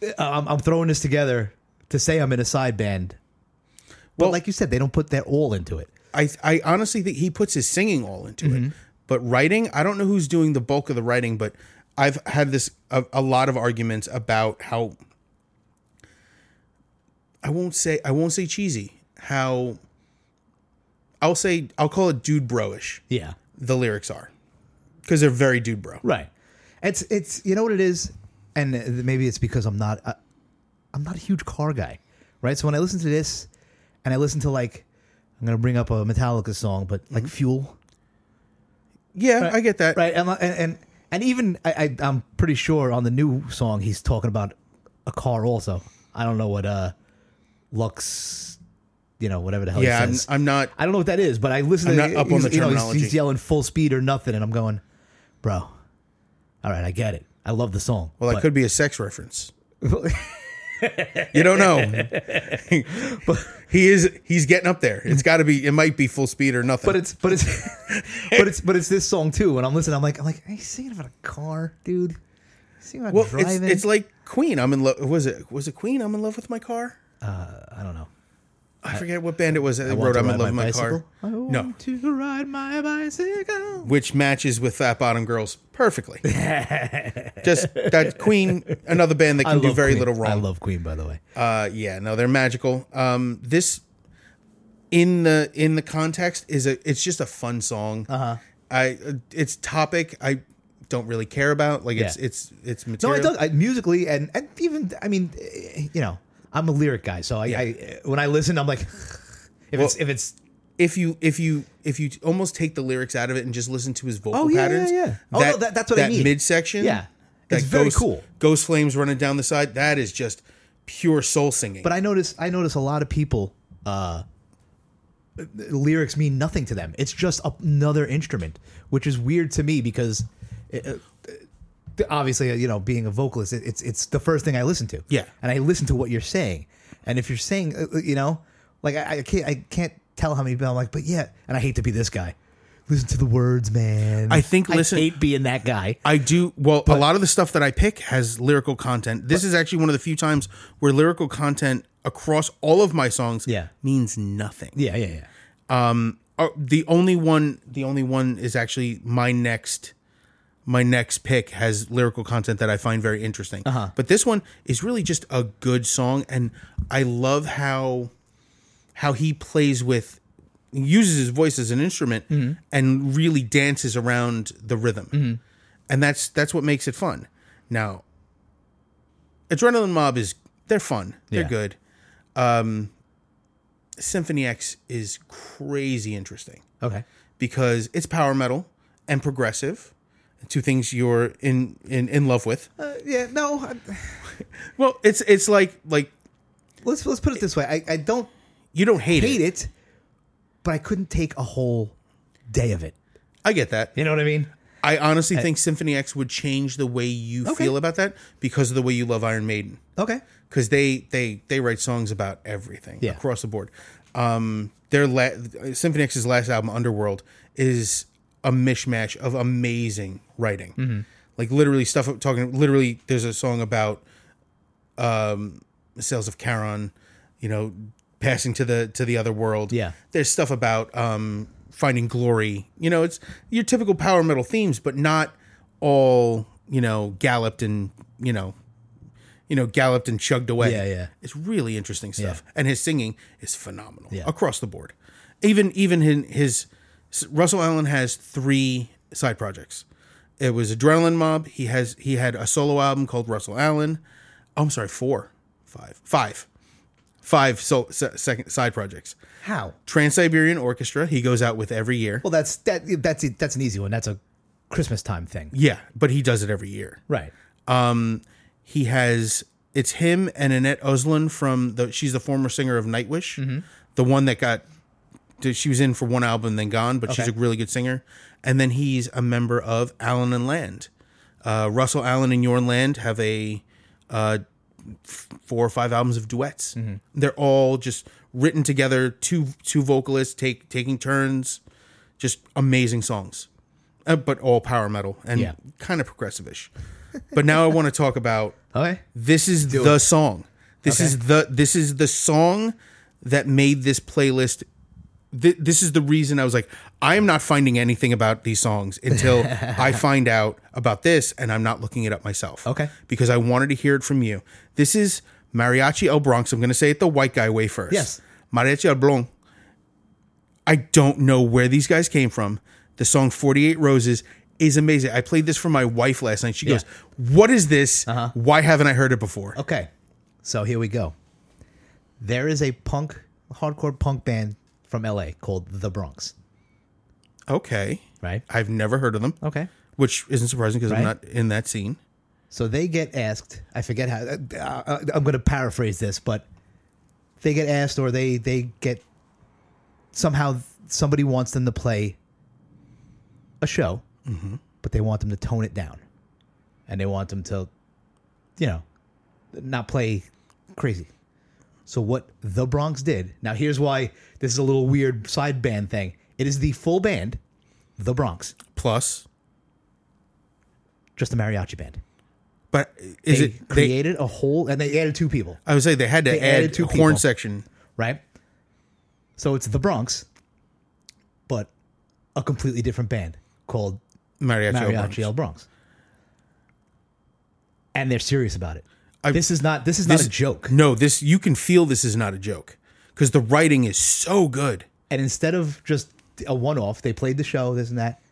Speaker 2: uh, I'm, I'm throwing this together to say I'm in a side band. But
Speaker 1: Well-
Speaker 2: like you said, they don't put their all into it.
Speaker 1: I I honestly think he puts his singing all into
Speaker 2: Mm-hmm.
Speaker 1: it. But writing, I don't know who's doing the bulk of the writing, but I've had this a, a lot of arguments about how I won't say I won't say cheesy. How I'll say I'll call it dude broish.
Speaker 2: Yeah.
Speaker 1: The lyrics are because they're very dude bro.
Speaker 2: Right. It's it's you know what it is, and uh, maybe it's because I'm not a, I'm not a huge car guy, right? So when I listen to this, and I listen to like I'm gonna bring up a Metallica song, but like Fuel,
Speaker 1: Yeah, Mm-hmm. I get that.
Speaker 2: right? And and and, and even I, I I'm pretty sure on the new song he's talking about a car also. I don't know what uh Lux, you know whatever the hell
Speaker 1: Yeah,
Speaker 2: he
Speaker 1: I'm,
Speaker 2: says.
Speaker 1: I'm not.
Speaker 2: I don't know what that is, but I listen
Speaker 1: I'm
Speaker 2: to
Speaker 1: not up on
Speaker 2: he's-
Speaker 1: the
Speaker 2: you know, he's-
Speaker 1: terminology.
Speaker 2: he's yelling full speed or nothing, and I'm going, bro. All right, I get it. I love the song.
Speaker 1: Well, that
Speaker 2: but-
Speaker 1: could be a sex reference. you don't
Speaker 2: [LAUGHS]
Speaker 1: know. but he is he's getting up there. It's got to be it might be full speed or nothing.
Speaker 2: [LAUGHS] but it's but it's [LAUGHS] but it's but it's this song too. When I'm listening, I'm like I'm like, are you singing about a car, dude? You Singing about
Speaker 1: well, it's,
Speaker 2: driving?
Speaker 1: it's like Queen. I'm in love. Was it was it Queen? I'm in love with my car.
Speaker 2: I don't know.
Speaker 1: I forget what band it was that wrote
Speaker 2: want to
Speaker 1: "I'm in
Speaker 2: ride
Speaker 1: love with
Speaker 2: my
Speaker 1: my car."
Speaker 2: bicycle. Oh. I want
Speaker 1: No,
Speaker 2: to ride my bicycle.
Speaker 1: which matches with Fat Bottom Girls
Speaker 2: [LAUGHS]
Speaker 1: perfectly. Just that Queen, another band that can do
Speaker 2: love
Speaker 1: very
Speaker 2: Queen.
Speaker 1: little
Speaker 2: I
Speaker 1: wrong.
Speaker 2: love Queen, by the way.
Speaker 1: uh, yeah, no, they're magical. Um, this in the in the context is a it's just a fun song. Uh-huh. I it's topic I don't really care about. Like it's
Speaker 2: Yeah.
Speaker 1: it's it's
Speaker 2: No,
Speaker 1: material.
Speaker 2: it does I, musically and and even I mean, eh, you know, I'm a lyric guy, so I, I when I listen, I'm like, [LAUGHS] if it's if it's
Speaker 1: if you if you if you almost take the lyrics out of it and just listen to his vocal
Speaker 2: Oh, yeah, yeah,
Speaker 1: patterns,
Speaker 2: yeah. Oh, no, that- that's what I mean.
Speaker 1: midsection,
Speaker 2: Yeah.
Speaker 1: that
Speaker 2: It's very
Speaker 1: ghost-
Speaker 2: cool.
Speaker 1: Ghost flames running down the side. That is just pure soul singing.
Speaker 2: but I notice I notice a lot of people uh lyrics mean nothing to them. It's just a- another instrument, which is weird to me because it, uh, obviously, you know, being a vocalist, it, it's it's the first thing I listen to.
Speaker 1: Yeah.
Speaker 2: and I listen to what you're saying, and if you're saying, uh, uh, you know, like I, I can't I can't tell how many people I'm like, but yeah, and I hate to be this guy. Listen to the words, man.
Speaker 1: I think- listen-
Speaker 2: I hate being that guy.
Speaker 1: I do well. a lot of the stuff that I pick has lyrical content. This is actually one of the few times where lyrical content across all of my songs
Speaker 2: Yeah.
Speaker 1: means nothing.
Speaker 2: Yeah, yeah, yeah.
Speaker 1: Uh, the only one, the only one is actually my next, my next pick has lyrical content that I find very interesting. Uh-huh. But this one is really just a good song, and I love how, how he plays with, uses his voice as an instrument, and really dances around the rhythm, and that's that's what makes it fun. Now, Adrenaline Mob is they're fun, they're
Speaker 2: Yeah.
Speaker 1: good. Symphony X is crazy interesting
Speaker 2: Okay.
Speaker 1: because it's power metal and progressive, two things you're in in, in love with.
Speaker 2: Uh, yeah. No. I,
Speaker 1: Well, it's it's like like
Speaker 2: let's let's put it this way. I, I don't
Speaker 1: you don't hate,
Speaker 2: hate
Speaker 1: it.
Speaker 2: it, but I couldn't take a whole day of it.
Speaker 1: I get that.
Speaker 2: You know what I mean?
Speaker 1: I honestly think Symphony X would change the way you
Speaker 2: Okay.
Speaker 1: feel about that because of the way you love Iron Maiden.
Speaker 2: Okay.
Speaker 1: because they they they write songs about everything
Speaker 2: Yeah.
Speaker 1: across the board. Um, their la- Symphony X's last album, Underworld, is a mishmash of amazing writing.
Speaker 2: Mm-hmm.
Speaker 1: Like literally stuff talking. Literally, there's a song about um, sales of Charon, you know, passing to the to the other world.
Speaker 2: Yeah.
Speaker 1: there's stuff about um, finding glory. You know, it's your typical power metal themes, but not all you know galloped and you know you know, galloped and chugged away.
Speaker 2: Yeah, yeah.
Speaker 1: It's really interesting stuff, and his singing is phenomenal
Speaker 2: Yeah.
Speaker 1: across the board. Even even in his Russell Allen has three side projects. It was Adrenaline Mob. He has he had a solo album called Russell Allen. Oh, I'm sorry, four, five, five, five so, se- second side projects.
Speaker 2: How?
Speaker 1: Trans Siberian Orchestra. He goes out with every year.
Speaker 2: Well, that's that. That's it. That's an easy one. That's a Christmas time thing.
Speaker 1: yeah, but he does it every year.
Speaker 2: Right.
Speaker 1: he has it's him and Annette Oslin from the she's the former singer of Nightwish,
Speaker 2: Mm-hmm.
Speaker 1: the one that got she was in for one album then gone, but she's a
Speaker 2: Okay.
Speaker 1: really good singer. And then he's a member of Allen and Land. Uh, Russell Allen and Yorn Land have a uh, f- four or five albums of duets.
Speaker 2: Mm-hmm.
Speaker 1: They're all just written together. Two two vocalists take taking turns, just amazing songs, uh, but all power metal and
Speaker 2: Yeah.
Speaker 1: kind of progressive-ish. but now I want to talk about
Speaker 2: Okay.
Speaker 1: this is the song. This is the this is the song that made this playlist. Th- this is the reason I was like, I am not finding anything about these songs
Speaker 2: [LAUGHS]
Speaker 1: until I find out about this, and I'm not looking it up myself.
Speaker 2: Okay.
Speaker 1: because I wanted to hear it from you. This is Mariachi El Bronx. I'm going to say it the white guy way first.
Speaker 2: Yes.
Speaker 1: Mariachi El Bronx. I don't know where these guys came from. The song 48 Roses is amazing. I played this for my wife last night. She goes, What is this? Why haven't I heard it before?
Speaker 2: Uh-huh. Okay. So here we go. There is a punk, hardcore punk band from LA called The Bronx.
Speaker 1: Okay.
Speaker 2: Right.
Speaker 1: I've never heard of them,
Speaker 2: Okay.
Speaker 1: which isn't surprising because I'm
Speaker 2: Right.
Speaker 1: not in that scene.
Speaker 2: So they get asked. I forget how. Uh, uh, I'm going to paraphrase this, but they get asked, or they they get somehow somebody wants them to play a show,
Speaker 1: Mm-hmm.
Speaker 2: but they want them to tone it down, and they want them to, you know, not play crazy. So what the Bronx did. Now here's why this is a little weird side band thing. It is the full band, the Bronx,
Speaker 1: Plus,
Speaker 2: just a mariachi band.
Speaker 1: but is
Speaker 2: they
Speaker 1: it they?
Speaker 2: created a whole, and they added two people.
Speaker 1: I would say they had to
Speaker 2: they
Speaker 1: add
Speaker 2: added two
Speaker 1: a horn
Speaker 2: people.
Speaker 1: section.
Speaker 2: right? So it's the Bronx, but a completely different band called
Speaker 1: Mariachi, El Bronx.
Speaker 2: Mariachi El Bronx, and they're serious about it.
Speaker 1: I-
Speaker 2: this is not this is not
Speaker 1: this-
Speaker 2: a joke.
Speaker 1: No, this you can feel. This is not a joke because the writing is so good.
Speaker 2: And instead of just a one off, they played the show, this and that.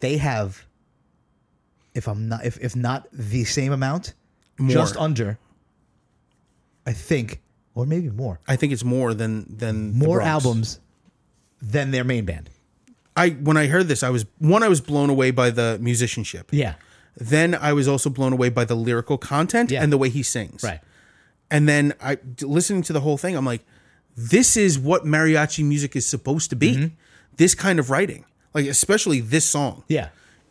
Speaker 2: They have, if I'm not if if not the same amount, just under. I think, or maybe more,
Speaker 1: I think it's more than than the
Speaker 2: more
Speaker 1: Bronx.
Speaker 2: albums than their main band.
Speaker 1: I when I heard this, I was one. I was blown away by the musicianship.
Speaker 2: Yeah,
Speaker 1: Then I was also blown away by the lyrical content
Speaker 2: Yeah.
Speaker 1: and the way he sings.
Speaker 2: right.
Speaker 1: And then I d- listening to the whole thing, I'm like, this is what mariachi music is supposed to be.
Speaker 2: Mm-hmm.
Speaker 1: This kind of writing, like especially this song.
Speaker 2: Yeah.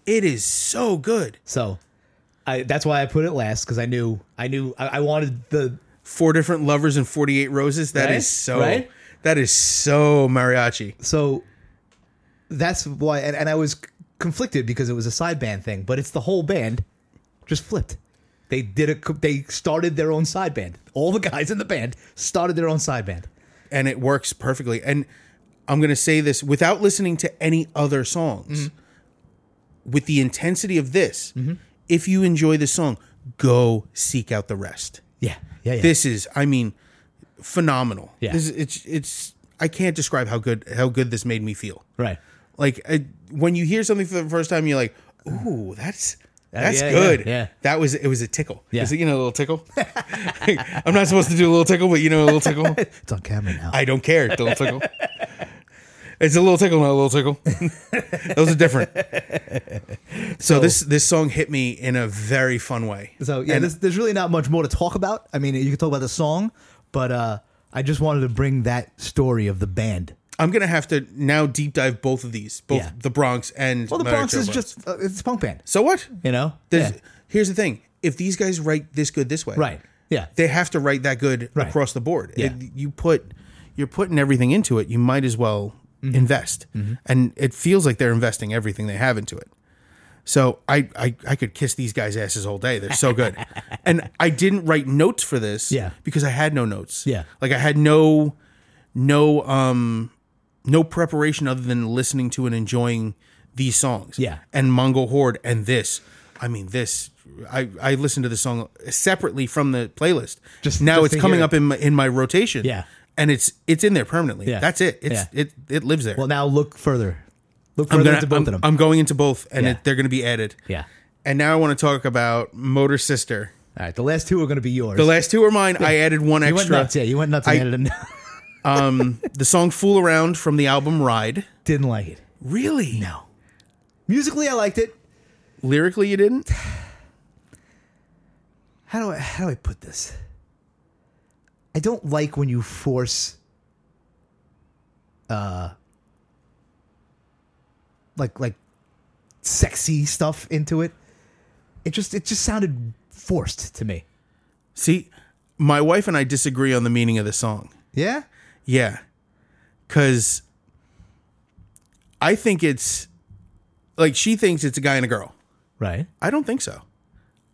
Speaker 1: It is so good.
Speaker 2: So I, that's why I put it last because I knew I knew I, I wanted the
Speaker 1: Four different lovers and 48 roses. That is
Speaker 2: Right?
Speaker 1: so.
Speaker 2: Right?
Speaker 1: That is so mariachi.
Speaker 2: so that's why and, and I was c- conflicted because it was a side band thing, but it's the whole band just flipped. They did a co- they started their own side band. All the guys in the band started their own side band.
Speaker 1: and it works perfectly. And I'm going to say this without listening to any other songs.
Speaker 2: Mm-hmm.
Speaker 1: With the intensity of this, if you enjoy the song, go seek out the rest.
Speaker 2: Yeah, yeah, yeah.
Speaker 1: This is, I mean, phenomenal.
Speaker 2: Yeah.
Speaker 1: This is, it's it's I can't describe how good how good this made me feel.
Speaker 2: right.
Speaker 1: Like I, when you hear something for the first time, you're like, "Ooh, that's That's
Speaker 2: Uh, yeah,
Speaker 1: good.
Speaker 2: Yeah, yeah.
Speaker 1: That was it was a tickle.
Speaker 2: Yeah.
Speaker 1: Is it, you know a little tickle? [LAUGHS] I'm not supposed to do a little tickle, but you know a little
Speaker 2: [LAUGHS]
Speaker 1: tickle.
Speaker 2: It's on camera now.
Speaker 1: I don't care. It's a little tickle. It's a little tickle, not a little tickle. [LAUGHS] Those are different. So, this this song hit me in a very fun way.
Speaker 2: So yeah,
Speaker 1: And-
Speaker 2: there's, there's really not much more to talk about. I mean, you can talk about the song, but uh, I just wanted to bring that story of the band.
Speaker 1: I'm gonna have to now deep dive both of these, both
Speaker 2: Yeah.
Speaker 1: the Bronx and
Speaker 2: Well, the
Speaker 1: Mary
Speaker 2: Bronx
Speaker 1: Jo
Speaker 2: is
Speaker 1: Bronx.
Speaker 2: just uh, it's a punk band,
Speaker 1: so what?
Speaker 2: you know.
Speaker 1: There's,
Speaker 2: Yeah.
Speaker 1: Here's the thing: if these guys write this good this way,
Speaker 2: Right. Yeah.
Speaker 1: they have to write that good
Speaker 2: Right.
Speaker 1: across the board.
Speaker 2: Yeah.
Speaker 1: It- you put you're putting everything into it. You might as well
Speaker 2: Mm-hmm.
Speaker 1: invest, and it feels like they're investing everything they have into it. So I, I I could kiss these guys' asses all day. They're so
Speaker 2: [LAUGHS]
Speaker 1: good, and I didn't write notes for this,
Speaker 2: Yeah.
Speaker 1: because I had no notes,
Speaker 2: Yeah.
Speaker 1: Like I had no no um no preparation other than listening to and enjoying these songs,
Speaker 2: Yeah.
Speaker 1: And Mongol Horde and this, I mean this. I I listened to the song separately from the playlist.
Speaker 2: Just-
Speaker 1: now
Speaker 2: just
Speaker 1: it's
Speaker 2: to
Speaker 1: coming
Speaker 2: hear
Speaker 1: up in my, in my rotation,
Speaker 2: Yeah.
Speaker 1: And it's it's in there permanently.
Speaker 2: Yeah.
Speaker 1: That's it. It's
Speaker 2: Yeah.
Speaker 1: it it lives there.
Speaker 2: Well, now look further. Look
Speaker 1: I'm
Speaker 2: further
Speaker 1: gonna-
Speaker 2: into both
Speaker 1: I'm-
Speaker 2: of them.
Speaker 1: I'm going into both, and
Speaker 2: Yeah.
Speaker 1: it, they're going to be added.
Speaker 2: yeah.
Speaker 1: And now I want to talk about Motor Sister.
Speaker 2: All right. The last two are going to be yours.
Speaker 1: The last two are mine. I added one
Speaker 2: you went
Speaker 1: extra.
Speaker 2: nuts. Yeah, you went nuts. And
Speaker 1: I-
Speaker 2: added an-
Speaker 1: The song "Fool Around" from the album Ride.
Speaker 2: [LAUGHS] didn't like it.
Speaker 1: Really?
Speaker 2: No. Musically, I liked it.
Speaker 1: Lyrically, you didn't.
Speaker 2: How do I how do I put this? I don't like when you force, uh, like like sexy stuff into it. It just it just sounded forced to me.
Speaker 1: See, my wife and I disagree on the meaning of the song.
Speaker 2: Yeah.
Speaker 1: Yeah. Cause I think it's like she thinks it's a guy and a girl.
Speaker 2: Right.
Speaker 1: I don't think so.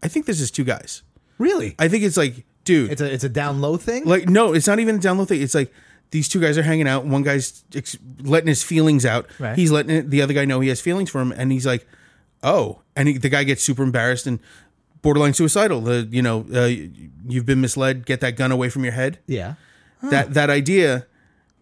Speaker 1: I think this is two guys.
Speaker 2: Really.
Speaker 1: I think it's like, dude,
Speaker 2: it's a it's a down low thing.
Speaker 1: like, no, it's not even a download thing. It's like these two guys are hanging out. One guy's ex- letting his feelings out.
Speaker 2: Right.
Speaker 1: He's letting it- the other guy know he has feelings for him. And he's like, oh. And he, the guy gets super embarrassed and borderline suicidal. The, you know, uh, you've been misled. Get that gun away from your head
Speaker 2: yeah.
Speaker 1: that that idea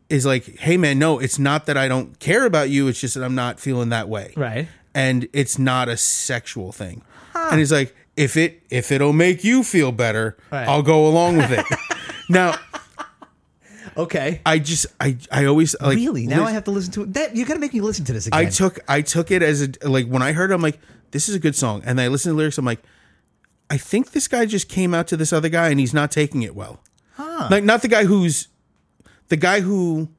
Speaker 1: is like hey man no it's not that i don't care about you it's just that i'm not feeling that way
Speaker 2: Right.
Speaker 1: and it's not a sexual thing and he's like if it if it'll make you feel better
Speaker 2: Right.
Speaker 1: i'll go along with it [LAUGHS] now
Speaker 2: Okay.
Speaker 1: i just i i always like
Speaker 2: really. Now
Speaker 1: lis-
Speaker 2: I have to listen to it. That you got to make me listen to this again.
Speaker 1: i took i took it as a like when i heard it, i'm like this is a good song and i listened to the lyrics i'm like i think this guy just came out to this other guy and he's not taking it well like not the guy who's the guy who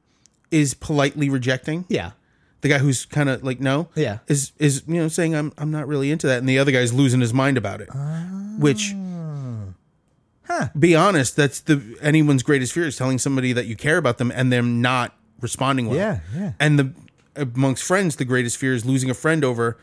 Speaker 1: is politely rejecting
Speaker 2: yeah.
Speaker 1: the guy who's kind of like no
Speaker 2: Yeah.
Speaker 1: is is you know saying i'm i'm not really into that and the other guy's losing his mind about it
Speaker 2: Ah.
Speaker 1: which be honest that's the anyone's greatest fear is telling somebody that you care about them and them not responding well
Speaker 2: Yeah, yeah.
Speaker 1: and the amongst friends the greatest fear is losing a friend over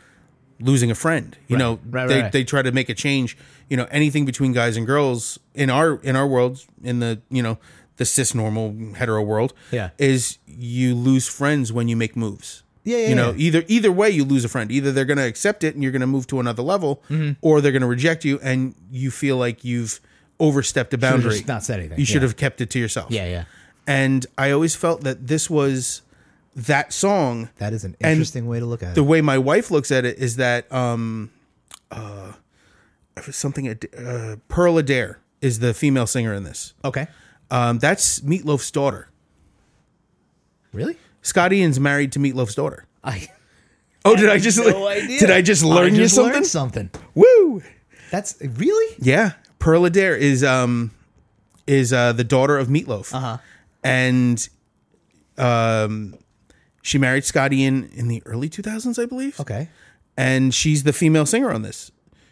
Speaker 1: losing a friend you know
Speaker 2: right,
Speaker 1: they,
Speaker 2: right.
Speaker 1: they try to make a change you know anything between guys and girls in our in our world in the you know the cis normal hetero world
Speaker 2: Yeah.
Speaker 1: is you lose friends when you make moves
Speaker 2: Yeah, yeah,
Speaker 1: you know
Speaker 2: yeah.
Speaker 1: either either way you lose a friend either they're going to accept it and you're going to move to another level
Speaker 2: Mm-hmm.
Speaker 1: or they're going to reject you and you feel like you've overstepped a boundary
Speaker 2: just not said anything,
Speaker 1: you should
Speaker 2: yeah.
Speaker 1: have kept it to yourself
Speaker 2: Yeah. Yeah.
Speaker 1: and i always felt that this was that song
Speaker 2: That is an interesting way to look at
Speaker 1: the
Speaker 2: it.
Speaker 1: way my wife looks at it is that um uh it was something Ad- uh, pearl adair is the female singer in this
Speaker 2: Okay.
Speaker 1: um that's meatloaf's daughter
Speaker 2: Really?
Speaker 1: scott ian's married to meatloaf's daughter
Speaker 2: [LAUGHS] I
Speaker 1: oh did i just [LAUGHS]
Speaker 2: no idea.
Speaker 1: did i just learn
Speaker 2: I just
Speaker 1: you
Speaker 2: learned
Speaker 1: something
Speaker 2: something.
Speaker 1: woo
Speaker 2: That's really
Speaker 1: Yeah, Pearl Adair is um is uh the daughter of Meatloaf,
Speaker 2: Uh-huh.
Speaker 1: and um she married Scott Ian in the early two thousands, I believe.
Speaker 2: okay.
Speaker 1: and she's the female singer on this.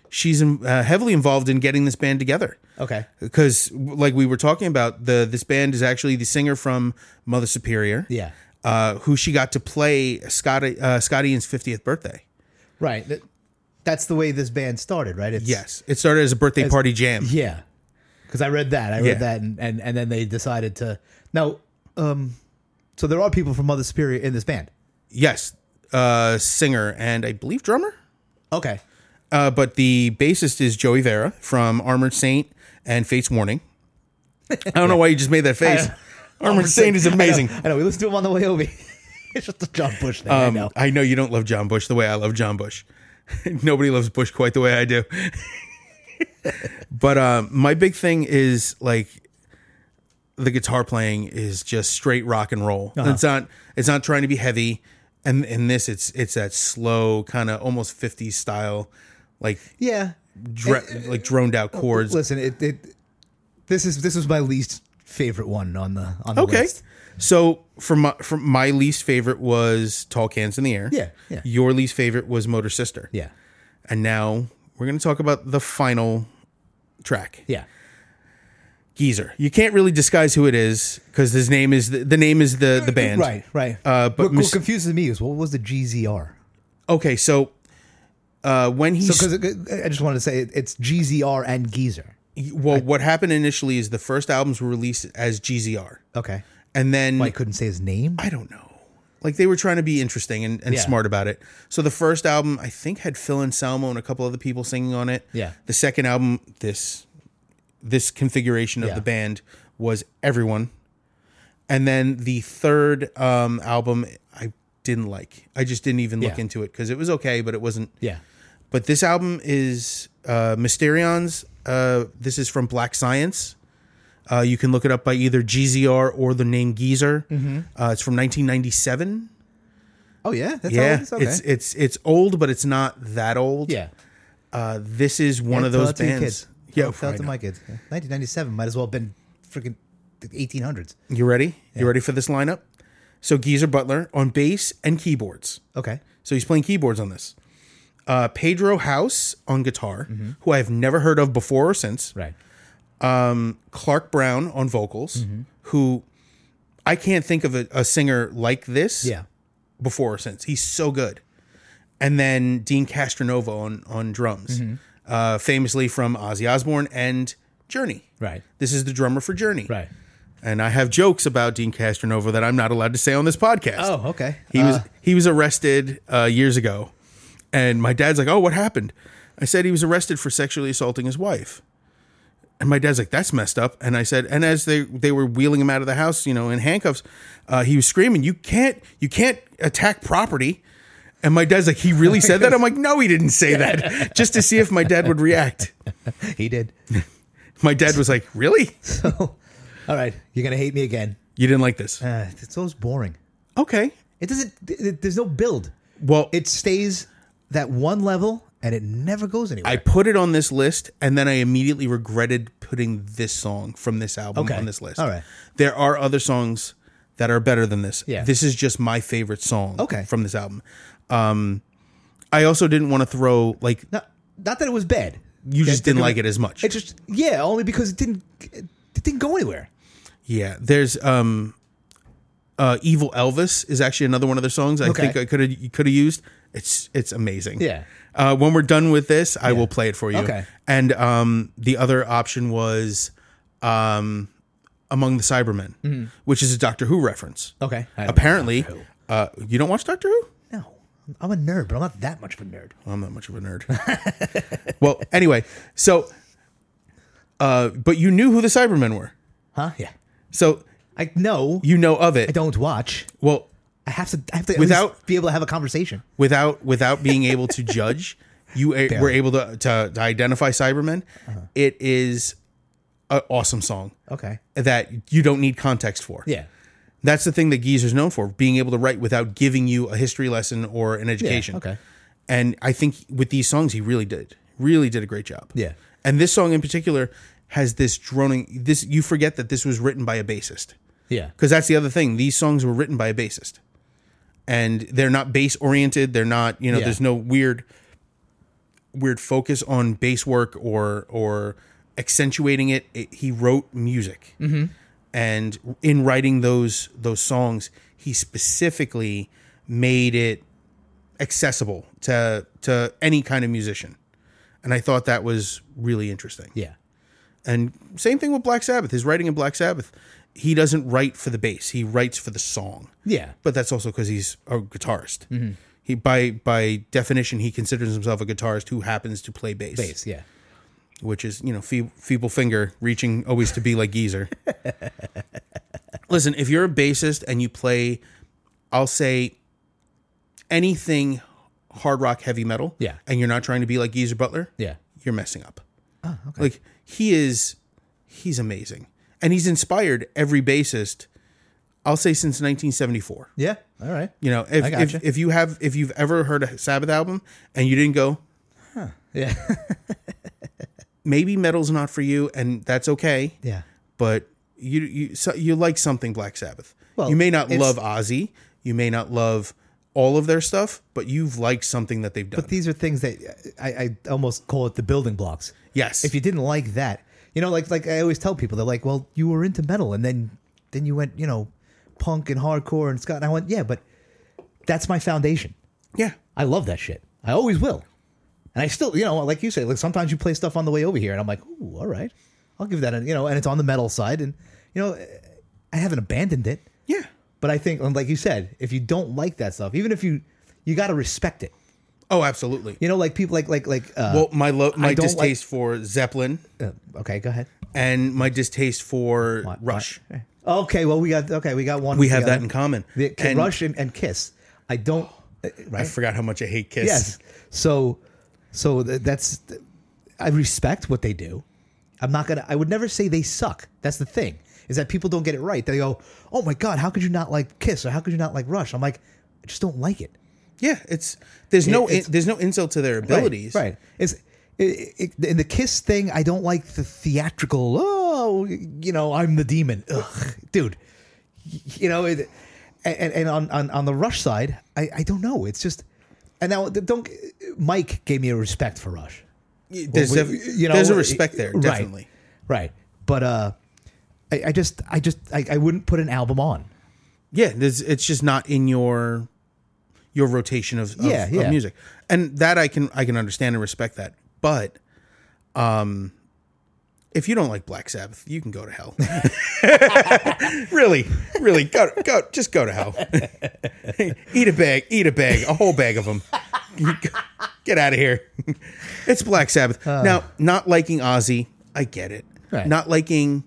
Speaker 1: She's um, uh, heavily involved in getting this band together
Speaker 2: Okay.
Speaker 1: because, like we were talking about, the this band is actually the singer from Mother Superior.
Speaker 2: Yeah.
Speaker 1: Uh, who she got to play Scott uh, Scott Ian's fiftieth birthday?
Speaker 2: Right. That- That's the way this band started, right? It's,
Speaker 1: Yes, it started as a birthday party jam.
Speaker 2: Yeah. Because I read that. I read
Speaker 1: Yeah.
Speaker 2: that, and, and and then they decided to now. Um, so there are people from Mother Superior in this band.
Speaker 1: Yes, uh, singer and I believe drummer.
Speaker 2: Okay.
Speaker 1: Uh, but the bassist is Joey Vera from Armored Saint and Fate's Warning. [LAUGHS] I don't know why you just made that face. [LAUGHS] Armored Saint is amazing.
Speaker 2: [LAUGHS] I know, I know. We listened to him on the way over. [LAUGHS] it's just a John Bush thing. I
Speaker 1: Um,
Speaker 2: know.
Speaker 1: I know you don't love John Bush [LAUGHS] the way I love John Bush. Nobody loves Bush quite the way I do. [LAUGHS] but uh, my big thing is like the guitar playing is just straight rock and roll.
Speaker 2: Uh-huh.
Speaker 1: It's not it's not trying to be heavy. And in this, it's it's that slow kind of almost 50s style, like
Speaker 2: Yeah.
Speaker 1: dre- like droned out
Speaker 2: [LAUGHS]
Speaker 1: chords.
Speaker 2: Listen, it, it this is this was my least favorite one on the on the
Speaker 1: Okay.
Speaker 2: list.
Speaker 1: So from my, from my least favorite was Tall Cans in the Air.
Speaker 2: Yeah, yeah.
Speaker 1: Your least favorite was Motor Sister.
Speaker 2: Yeah.
Speaker 1: And now we're going to talk about the final track,
Speaker 2: Yeah.
Speaker 1: Geezer. You can't really disguise who it is because his name is the, the name is the the band.
Speaker 2: Right, right.
Speaker 1: Uh, but
Speaker 2: what,
Speaker 1: Miss-
Speaker 2: what confuses me is what was the GZR?
Speaker 1: Okay. So uh, when he
Speaker 2: Because I just wanted to say it, it's GZR and Geezer.
Speaker 1: well, what happened initially is the first albums were released as GZR,
Speaker 2: Okay.
Speaker 1: and then
Speaker 2: I couldn't say his name.
Speaker 1: I don't know. Like they were trying to be interesting and, and
Speaker 2: Mm. Yeah.
Speaker 1: smart about it. So the first album, I think, had Phil Anselmo and a couple other people singing on it.
Speaker 2: Yeah.
Speaker 1: The second album, this this configuration of
Speaker 2: Yeah.
Speaker 1: the band was everyone. And then the third um, album, I didn't like. I just didn't even look
Speaker 2: Yeah.
Speaker 1: into it because it was okay, but it wasn't.
Speaker 2: Yeah.
Speaker 1: But this album is uh, Mysterion's. Uh, this is from Black Science. Uh, you can look it up by either GZR or the name Geezer.
Speaker 2: Mm-hmm.
Speaker 1: Uh, it's from 1997.
Speaker 2: Oh yeah, that's
Speaker 1: Yeah,
Speaker 2: how it is? Okay.
Speaker 1: it's it's it's old, but it's not that old.
Speaker 2: yeah.
Speaker 1: Uh, this is one of
Speaker 2: Tell
Speaker 1: those
Speaker 2: that to your
Speaker 1: bands.
Speaker 2: kids.
Speaker 1: Yeah,
Speaker 2: Tell- tell
Speaker 1: I
Speaker 2: it to
Speaker 1: know.
Speaker 2: my kids. Yeah. 1997 might as well have been freaking the 1800s.
Speaker 1: you ready? You ready for this lineup? So Geezer Butler on bass and keyboards.
Speaker 2: Okay.
Speaker 1: So he's playing keyboards on this. Uh, Pedro House on guitar,
Speaker 2: Mm-hmm.
Speaker 1: who I've never heard of before or since.
Speaker 2: Right.
Speaker 1: Clark Brown on vocals, who I can't think of a, a singer like this
Speaker 2: Yeah.
Speaker 1: before or since. He's so good. And then Dean Castronova on on drums,
Speaker 2: Mm-hmm.
Speaker 1: uh, famously from Ozzy Osbourne and Journey.
Speaker 2: Right.
Speaker 1: This is the drummer for Journey. And I have jokes about Dean Castronova that I'm not allowed to say on this podcast.
Speaker 2: Oh, okay.
Speaker 1: He was he was arrested uh, years ago, and my dad's like, "Oh, what happened?" I said he was arrested for sexually assaulting his wife, and my dad's like, "That's messed up." And I said, and as they they were wheeling him out of the house, you know, in handcuffs, uh, he was screaming, "You can't you can't attack property." And my dad's like, he really said that? I'm like, no, he didn't say that.
Speaker 2: [LAUGHS]
Speaker 1: Just to see if my dad would react.
Speaker 2: he did. [LAUGHS]
Speaker 1: My dad was like, really?
Speaker 2: So, all right, you're gonna hate me again.
Speaker 1: You didn't like this?
Speaker 2: Uh, it's so boring.
Speaker 1: Okay.
Speaker 2: It doesn't. th- th- There's no build.
Speaker 1: Well,
Speaker 2: It stays that one level, and it never goes anywhere.
Speaker 1: I put it on this list, and then I immediately regretted putting this song from this album
Speaker 2: Okay.
Speaker 1: on this list.
Speaker 2: All right.
Speaker 1: There are other songs that are better than this.
Speaker 2: Yeah.
Speaker 1: This is just my favorite song
Speaker 2: Okay.
Speaker 1: from this album. Um, I also didn't want to throw, like,
Speaker 2: not, not that it was bad.
Speaker 1: you just didn't like
Speaker 2: it.
Speaker 1: it as much.
Speaker 2: It just yeah, only because it didn't. It didn't go anywhere.
Speaker 1: Yeah, there's um uh Evil Elvis is actually another one of their songs I
Speaker 2: Okay.
Speaker 1: think I could have could have used. It's it's amazing.
Speaker 2: Yeah.
Speaker 1: Uh when we're done with this, I will play it for you.
Speaker 2: Okay.
Speaker 1: And um the other option was um Among the Cybermen, which is a Doctor Who reference.
Speaker 2: Okay. Mm-hmm. Oh, I don't
Speaker 1: Apparently, uh you don't watch Doctor Who?
Speaker 2: No, I'm a nerd, but I'm not that much of a nerd.
Speaker 1: I'm not much of a nerd. [LAUGHS] well, anyway, so uh but you knew who the Cybermen were.
Speaker 2: Huh? Yeah.
Speaker 1: So
Speaker 2: I no,
Speaker 1: you know of it.
Speaker 2: I don't watch.
Speaker 1: Well,
Speaker 2: I have to. I have to at
Speaker 1: Without-
Speaker 2: least be able to have a conversation.
Speaker 1: without without being able
Speaker 2: [LAUGHS]
Speaker 1: to judge you a- were able to, to, to identify cybermen
Speaker 2: Uh-huh.
Speaker 1: It is an awesome song
Speaker 2: Okay.
Speaker 1: that you don't need context for
Speaker 2: Yeah.
Speaker 1: that's the thing that geezer's known for being able to write without giving you a history lesson or an education
Speaker 2: okay.
Speaker 1: and i think with these songs he really did really did a great job
Speaker 2: Yeah.
Speaker 1: and this song in particular has this droning this you forget that this was written by a bassist
Speaker 2: Yeah.
Speaker 1: because that's the other thing. These songs were written by a bassist, and they're not bass oriented. They're not you know.
Speaker 2: Yeah.
Speaker 1: There's no weird, weird focus on bass work or or accentuating it. It- he wrote music, and in writing those those songs, he specifically made it accessible to to any kind of musician, and I thought that was really interesting.
Speaker 2: Yeah.
Speaker 1: And same thing with Black Sabbath. His writing in Black Sabbath, he doesn't write for the bass. He writes for the song.
Speaker 2: Yeah.
Speaker 1: But that's also because he's a guitarist. He by by definition he considers himself a guitarist who happens to play bass,
Speaker 2: Base. Yeah.
Speaker 1: which is you know feeble, feeble finger reaching always to be like geezer. Listen, if you're a bassist and you play, I'll say anything hard rock heavy metal,
Speaker 2: Yeah.
Speaker 1: and you're not trying to be like Geezer Butler,
Speaker 2: Yeah.
Speaker 1: you're messing up.
Speaker 2: Oh, okay.
Speaker 1: Like he is, he's amazing, and he's inspired every bassist. I'll say since 1974.
Speaker 2: yeah. All right.
Speaker 1: You know, if,
Speaker 2: gotcha.
Speaker 1: if if you have if you've ever heard a Sabbath album and you didn't go,
Speaker 2: Yeah. [LAUGHS]
Speaker 1: maybe metal's not for you, and that's okay.
Speaker 2: yeah.
Speaker 1: but you you so you like something Black Sabbath.
Speaker 2: Well,
Speaker 1: you may not
Speaker 2: it's-
Speaker 1: love Ozzy, you may not love all of their stuff, but you've liked something that they've done.
Speaker 2: These are things that I, I almost call it the building blocks.
Speaker 1: yes,
Speaker 2: If you didn't like that, you know, like like I always tell people, they're like, well, you were into metal, and then then you went, you know, punk and hardcore and Scott. And I went, yeah, but that's my foundation.
Speaker 1: yeah,
Speaker 2: I love that shit. I always will. And I still, you know, like you say, like sometimes you play stuff on the way over here, and I'm like, ooh, all right, I'll give that, a, you know, and it's on the metal side, and you know, I haven't abandoned it,
Speaker 1: yeah,
Speaker 2: but I think, like you said, if you don't like that stuff, even if you, you got to respect it.
Speaker 1: oh, absolutely.
Speaker 2: You know, like people like like like. Uh,
Speaker 1: Well, my lo- my
Speaker 2: don't like-
Speaker 1: distaste for Zeppelin
Speaker 2: uh, okay, go ahead.
Speaker 1: and my distaste for Rush,
Speaker 2: Okay, well we got okay, we got one.
Speaker 1: we have
Speaker 2: together.
Speaker 1: that in common.
Speaker 2: The, K-
Speaker 1: and
Speaker 2: Rush and, and Kiss. I don't. uh,
Speaker 1: I
Speaker 2: Right.
Speaker 1: forgot how much I hate Kiss.
Speaker 2: Yes. So, so th- that's. th- I respect what they do. I'm not gonna. I would never say they suck. That's the thing is that people don't get it right. They go, "Oh my god, how could you not like Kiss or how could you not like Rush?" I'm like, I just don't like it.
Speaker 1: yeah, it's there's no
Speaker 2: it's-
Speaker 1: in, there's no insult to their abilities.
Speaker 2: Right. right. It's it, it, in the Kiss thing. I don't like the theatrical. Oh, you know, I'm the demon, Ugh, dude. Y- You know, it, and and on, on on the Rush side, I I don't know. It's just and now don't Mike gave me a respect for Rush.
Speaker 1: There's
Speaker 2: Well, we-
Speaker 1: def- there's a respect there,
Speaker 2: right,
Speaker 1: definitely.
Speaker 2: Right. But uh, I, I just I just I, I wouldn't put an album on.
Speaker 1: yeah there's, it's just not in your your rotation of, of,
Speaker 2: Yeah,
Speaker 1: of
Speaker 2: yeah.
Speaker 1: music and that i can i can understand and respect that but um if you don't like black sabbath you can go to hell [LAUGHS] really really go go just go to hell [LAUGHS] eat a bag eat a bag a whole bag of them get out of here [LAUGHS] it's black sabbath now not liking ozzy i get it
Speaker 2: Uh. Right.
Speaker 1: not liking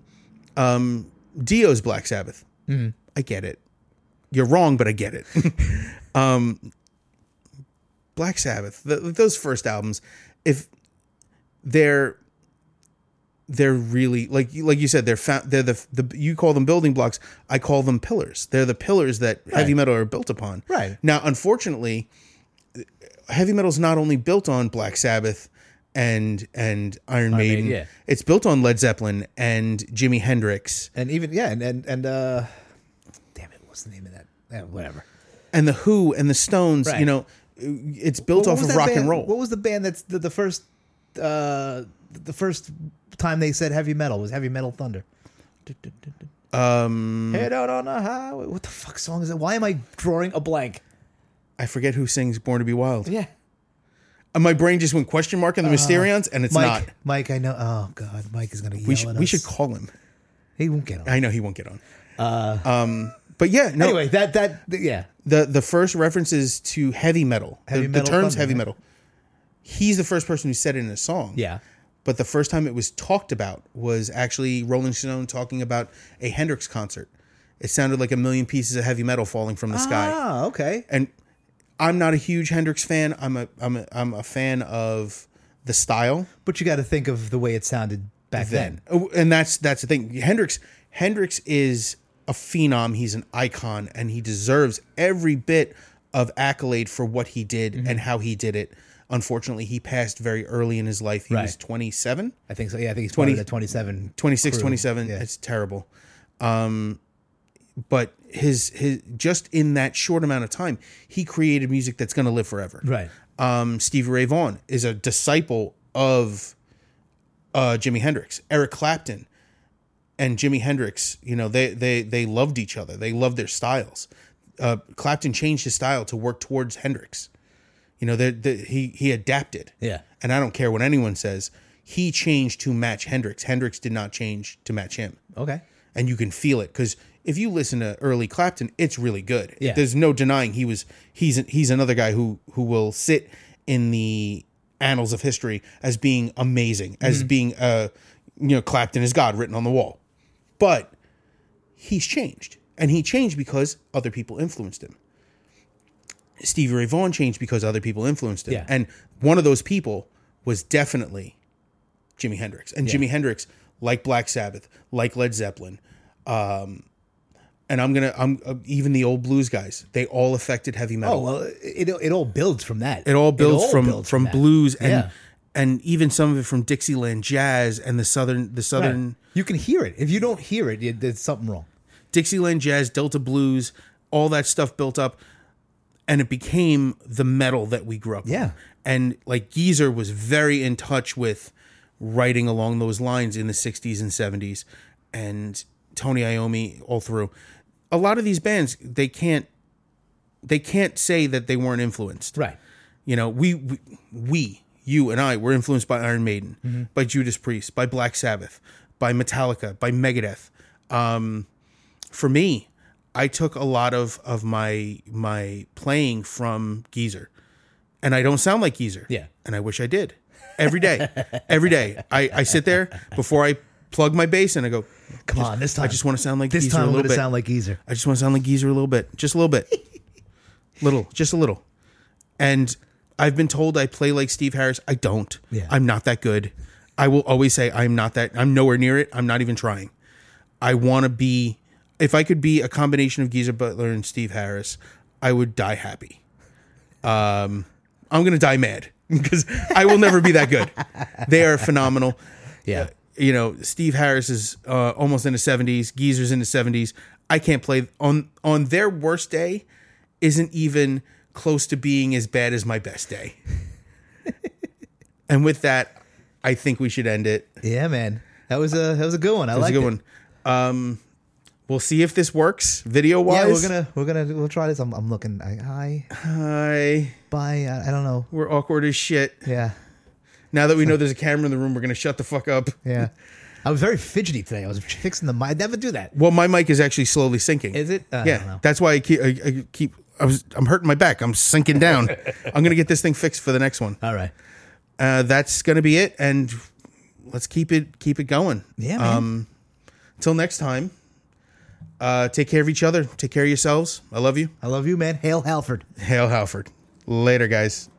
Speaker 1: um dio's black sabbath
Speaker 2: Mm-hmm.
Speaker 1: I get it. You're wrong, but I get it. [LAUGHS] um, Black Sabbath, th those first albums, if they're they're really like you- like you said, they're fa- they're the, the you call them building blocks. I call them pillars. They're the pillars that heavy
Speaker 2: Right.
Speaker 1: metal are built upon.
Speaker 2: Right.
Speaker 1: now, unfortunately, heavy metal's not only built on Black Sabbath and and Iron, Maiden.
Speaker 2: Maiden, yeah.
Speaker 1: It's built on Led Zeppelin and Jimi Hendrix
Speaker 2: And even yeah, and and, and uh, damn it, what's the name of that? Yeah, whatever.
Speaker 1: and the Who and the Stones.
Speaker 2: Right.
Speaker 1: You know, it's built
Speaker 2: What
Speaker 1: off of
Speaker 2: was that
Speaker 1: rock
Speaker 2: band-
Speaker 1: and roll.
Speaker 2: What was the band that's the, the first uh the first time they said heavy metal was Heavy Metal Thunder? Um, head out on a highway. What the fuck song is that? Why am I drawing a blank?
Speaker 1: I forget who sings "Born to Be Wild."
Speaker 2: Yeah,
Speaker 1: And my brain just went question mark on the Mysterions, and it's
Speaker 2: Uh, Mike.
Speaker 1: not.
Speaker 2: Mike, I know. Oh God, Mike is gonna yell
Speaker 1: We
Speaker 2: at
Speaker 1: should
Speaker 2: us.
Speaker 1: we should call him.
Speaker 2: He won't get on.
Speaker 1: I know he won't get on. um, but yeah, no.
Speaker 2: Uh, anyway, that that th- yeah.
Speaker 1: the the first references to heavy metal, the-
Speaker 2: Heavy
Speaker 1: the,
Speaker 2: metal
Speaker 1: terms
Speaker 2: thunder,
Speaker 1: heavy
Speaker 2: right?
Speaker 1: metal. He's the first person who said it in a song.
Speaker 2: Yeah.
Speaker 1: But the first time it was talked about was actually Rolling Stone talking about a Hendrix concert. It sounded like a million pieces of heavy metal falling from the sky.
Speaker 2: Ah, okay.
Speaker 1: and I'm not a huge Hendrix fan. I'm a I'm a, I'm a fan of the style
Speaker 2: But you got to think of the way it sounded back then.
Speaker 1: then, Oh, and that's that's the thing. Hendrix Hendrix is a phenom. He's an icon, and he deserves every bit of accolade for what he did
Speaker 2: Mm-hmm.
Speaker 1: and how he did it. Unfortunately, he passed very early in his life. He was
Speaker 2: Right.
Speaker 1: 27,
Speaker 2: I think so. Yeah, I think he's twenty to twenty-seven.
Speaker 1: 26,
Speaker 2: Crew,
Speaker 1: 27.
Speaker 2: yeah.
Speaker 1: It's terrible. Um, but his his just in that short amount of time, he created music that's going to live forever
Speaker 2: Right.
Speaker 1: um, Stevie Ray Vaughan is a disciple of uh, Jimi Hendrix. Eric Clapton and Jimi Hendrix, you know, they they they loved each other. They loved their styles. Uh, Clapton changed his style to work towards Hendrix. You know, they they he he adapted.
Speaker 2: Yeah.
Speaker 1: And I don't care what anyone says. He changed to match Hendrix. Hendrix did not change to match him
Speaker 2: Okay.
Speaker 1: and you can feel it because if you listen to early Clapton, it's really good.
Speaker 2: Yeah.
Speaker 1: There's no denying he was he's he's another guy who who will sit in the annals of history as being amazing, as being uh you know Clapton is God written on the wall, but he's changed and he changed because other people influenced him. Stevie Ray Vaughan changed because other people influenced him.
Speaker 2: Yeah.
Speaker 1: And one of those people was definitely Jimi Hendrix. And Jimi Hendrix, like Black Sabbath, like Led Zeppelin, um, and I'm gonna, I'm uh, even the old blues guys. They all affected heavy metal.
Speaker 2: Oh well, it it all builds from that.
Speaker 1: It all builds from
Speaker 2: Oh, builds
Speaker 1: from
Speaker 2: that.
Speaker 1: blues and
Speaker 2: Yeah.
Speaker 1: and even some of it from Dixieland jazz and the southern the
Speaker 2: Right.
Speaker 1: southern
Speaker 2: You can hear it. If you don't hear it, you, there's something wrong.
Speaker 1: Dixieland jazz, Delta blues, all that stuff built up, and it became the metal that we grew up. on.
Speaker 2: Yeah.
Speaker 1: and like Geezer was very in touch with writing along those lines in the '60s and '70s, and Tony Iommi all through. A lot of these bands, they can't they can't say that they weren't influenced.
Speaker 2: Right.
Speaker 1: You know, we, we, we you and I were influenced by Iron Maiden, by Judas Priest, by Black Sabbath, by Metallica, by Megadeth. Um, for me, I took a lot of of my my playing from Geezer, and I don't sound like Geezer.
Speaker 2: Yeah.
Speaker 1: and I wish I did. Every day, every day, I, I sit there before I plug my bass and I go,
Speaker 2: Come on, this time.
Speaker 1: I just want to sound like
Speaker 2: this
Speaker 1: Geezer
Speaker 2: time
Speaker 1: a
Speaker 2: I'm
Speaker 1: little
Speaker 2: going to
Speaker 1: bit.
Speaker 2: sound like Geezer.
Speaker 1: I just want to sound like Geezer a little bit, just a little bit, little, just a little. And I've been told I play like Steve Harris. I don't.
Speaker 2: Yeah.
Speaker 1: I'm not that good. I will always say I'm not that. I'm nowhere near it. I'm not even trying. I want to be. If I could be a combination of Geezer Butler and Steve Harris, I would die happy. Um, I'm gonna die mad [LAUGHS] because I will never be that good. They are phenomenal Uh,
Speaker 2: Yeah.
Speaker 1: you know, Steve Harris is uh, almost in the seventies. Geezer's in the seventies. I can't play on on their worst day. Isn't even close to being as bad as my best day. and with that, I think we should end it.
Speaker 2: Yeah, man. That was a that was a good one. I
Speaker 1: That's
Speaker 2: like
Speaker 1: a good one. Um, we'll see if this works video wise.
Speaker 2: Yeah, we're gonna we're gonna we'll try this. I'm, I'm looking. I, hi,
Speaker 1: Hi,
Speaker 2: bye. uh, I, I don't know.
Speaker 1: we're awkward as shit.
Speaker 2: Yeah,
Speaker 1: Now that we know there's a camera in the room, we're gonna shut the fuck up.
Speaker 2: yeah. I was very fidgety today. I was fixing the mic. I never do that.
Speaker 1: Well, my mic is actually slowly sinking.
Speaker 2: Is it? Uh, I don't
Speaker 1: yeah,
Speaker 2: know.
Speaker 1: that's why I keep. I, I keep. I was. I'm hurting my back. I'm sinking
Speaker 2: [LAUGHS]
Speaker 1: down. I'm gonna get this thing fixed for the next one.
Speaker 2: All right.
Speaker 1: Uh, that's gonna be it, and let's keep it keep it going.
Speaker 2: Yeah, man.
Speaker 1: Until next time. Uh, take care of each other. Take care of yourselves. I love you.
Speaker 2: I love you, man. Hail Halford.
Speaker 1: Hail Halford. Later, guys.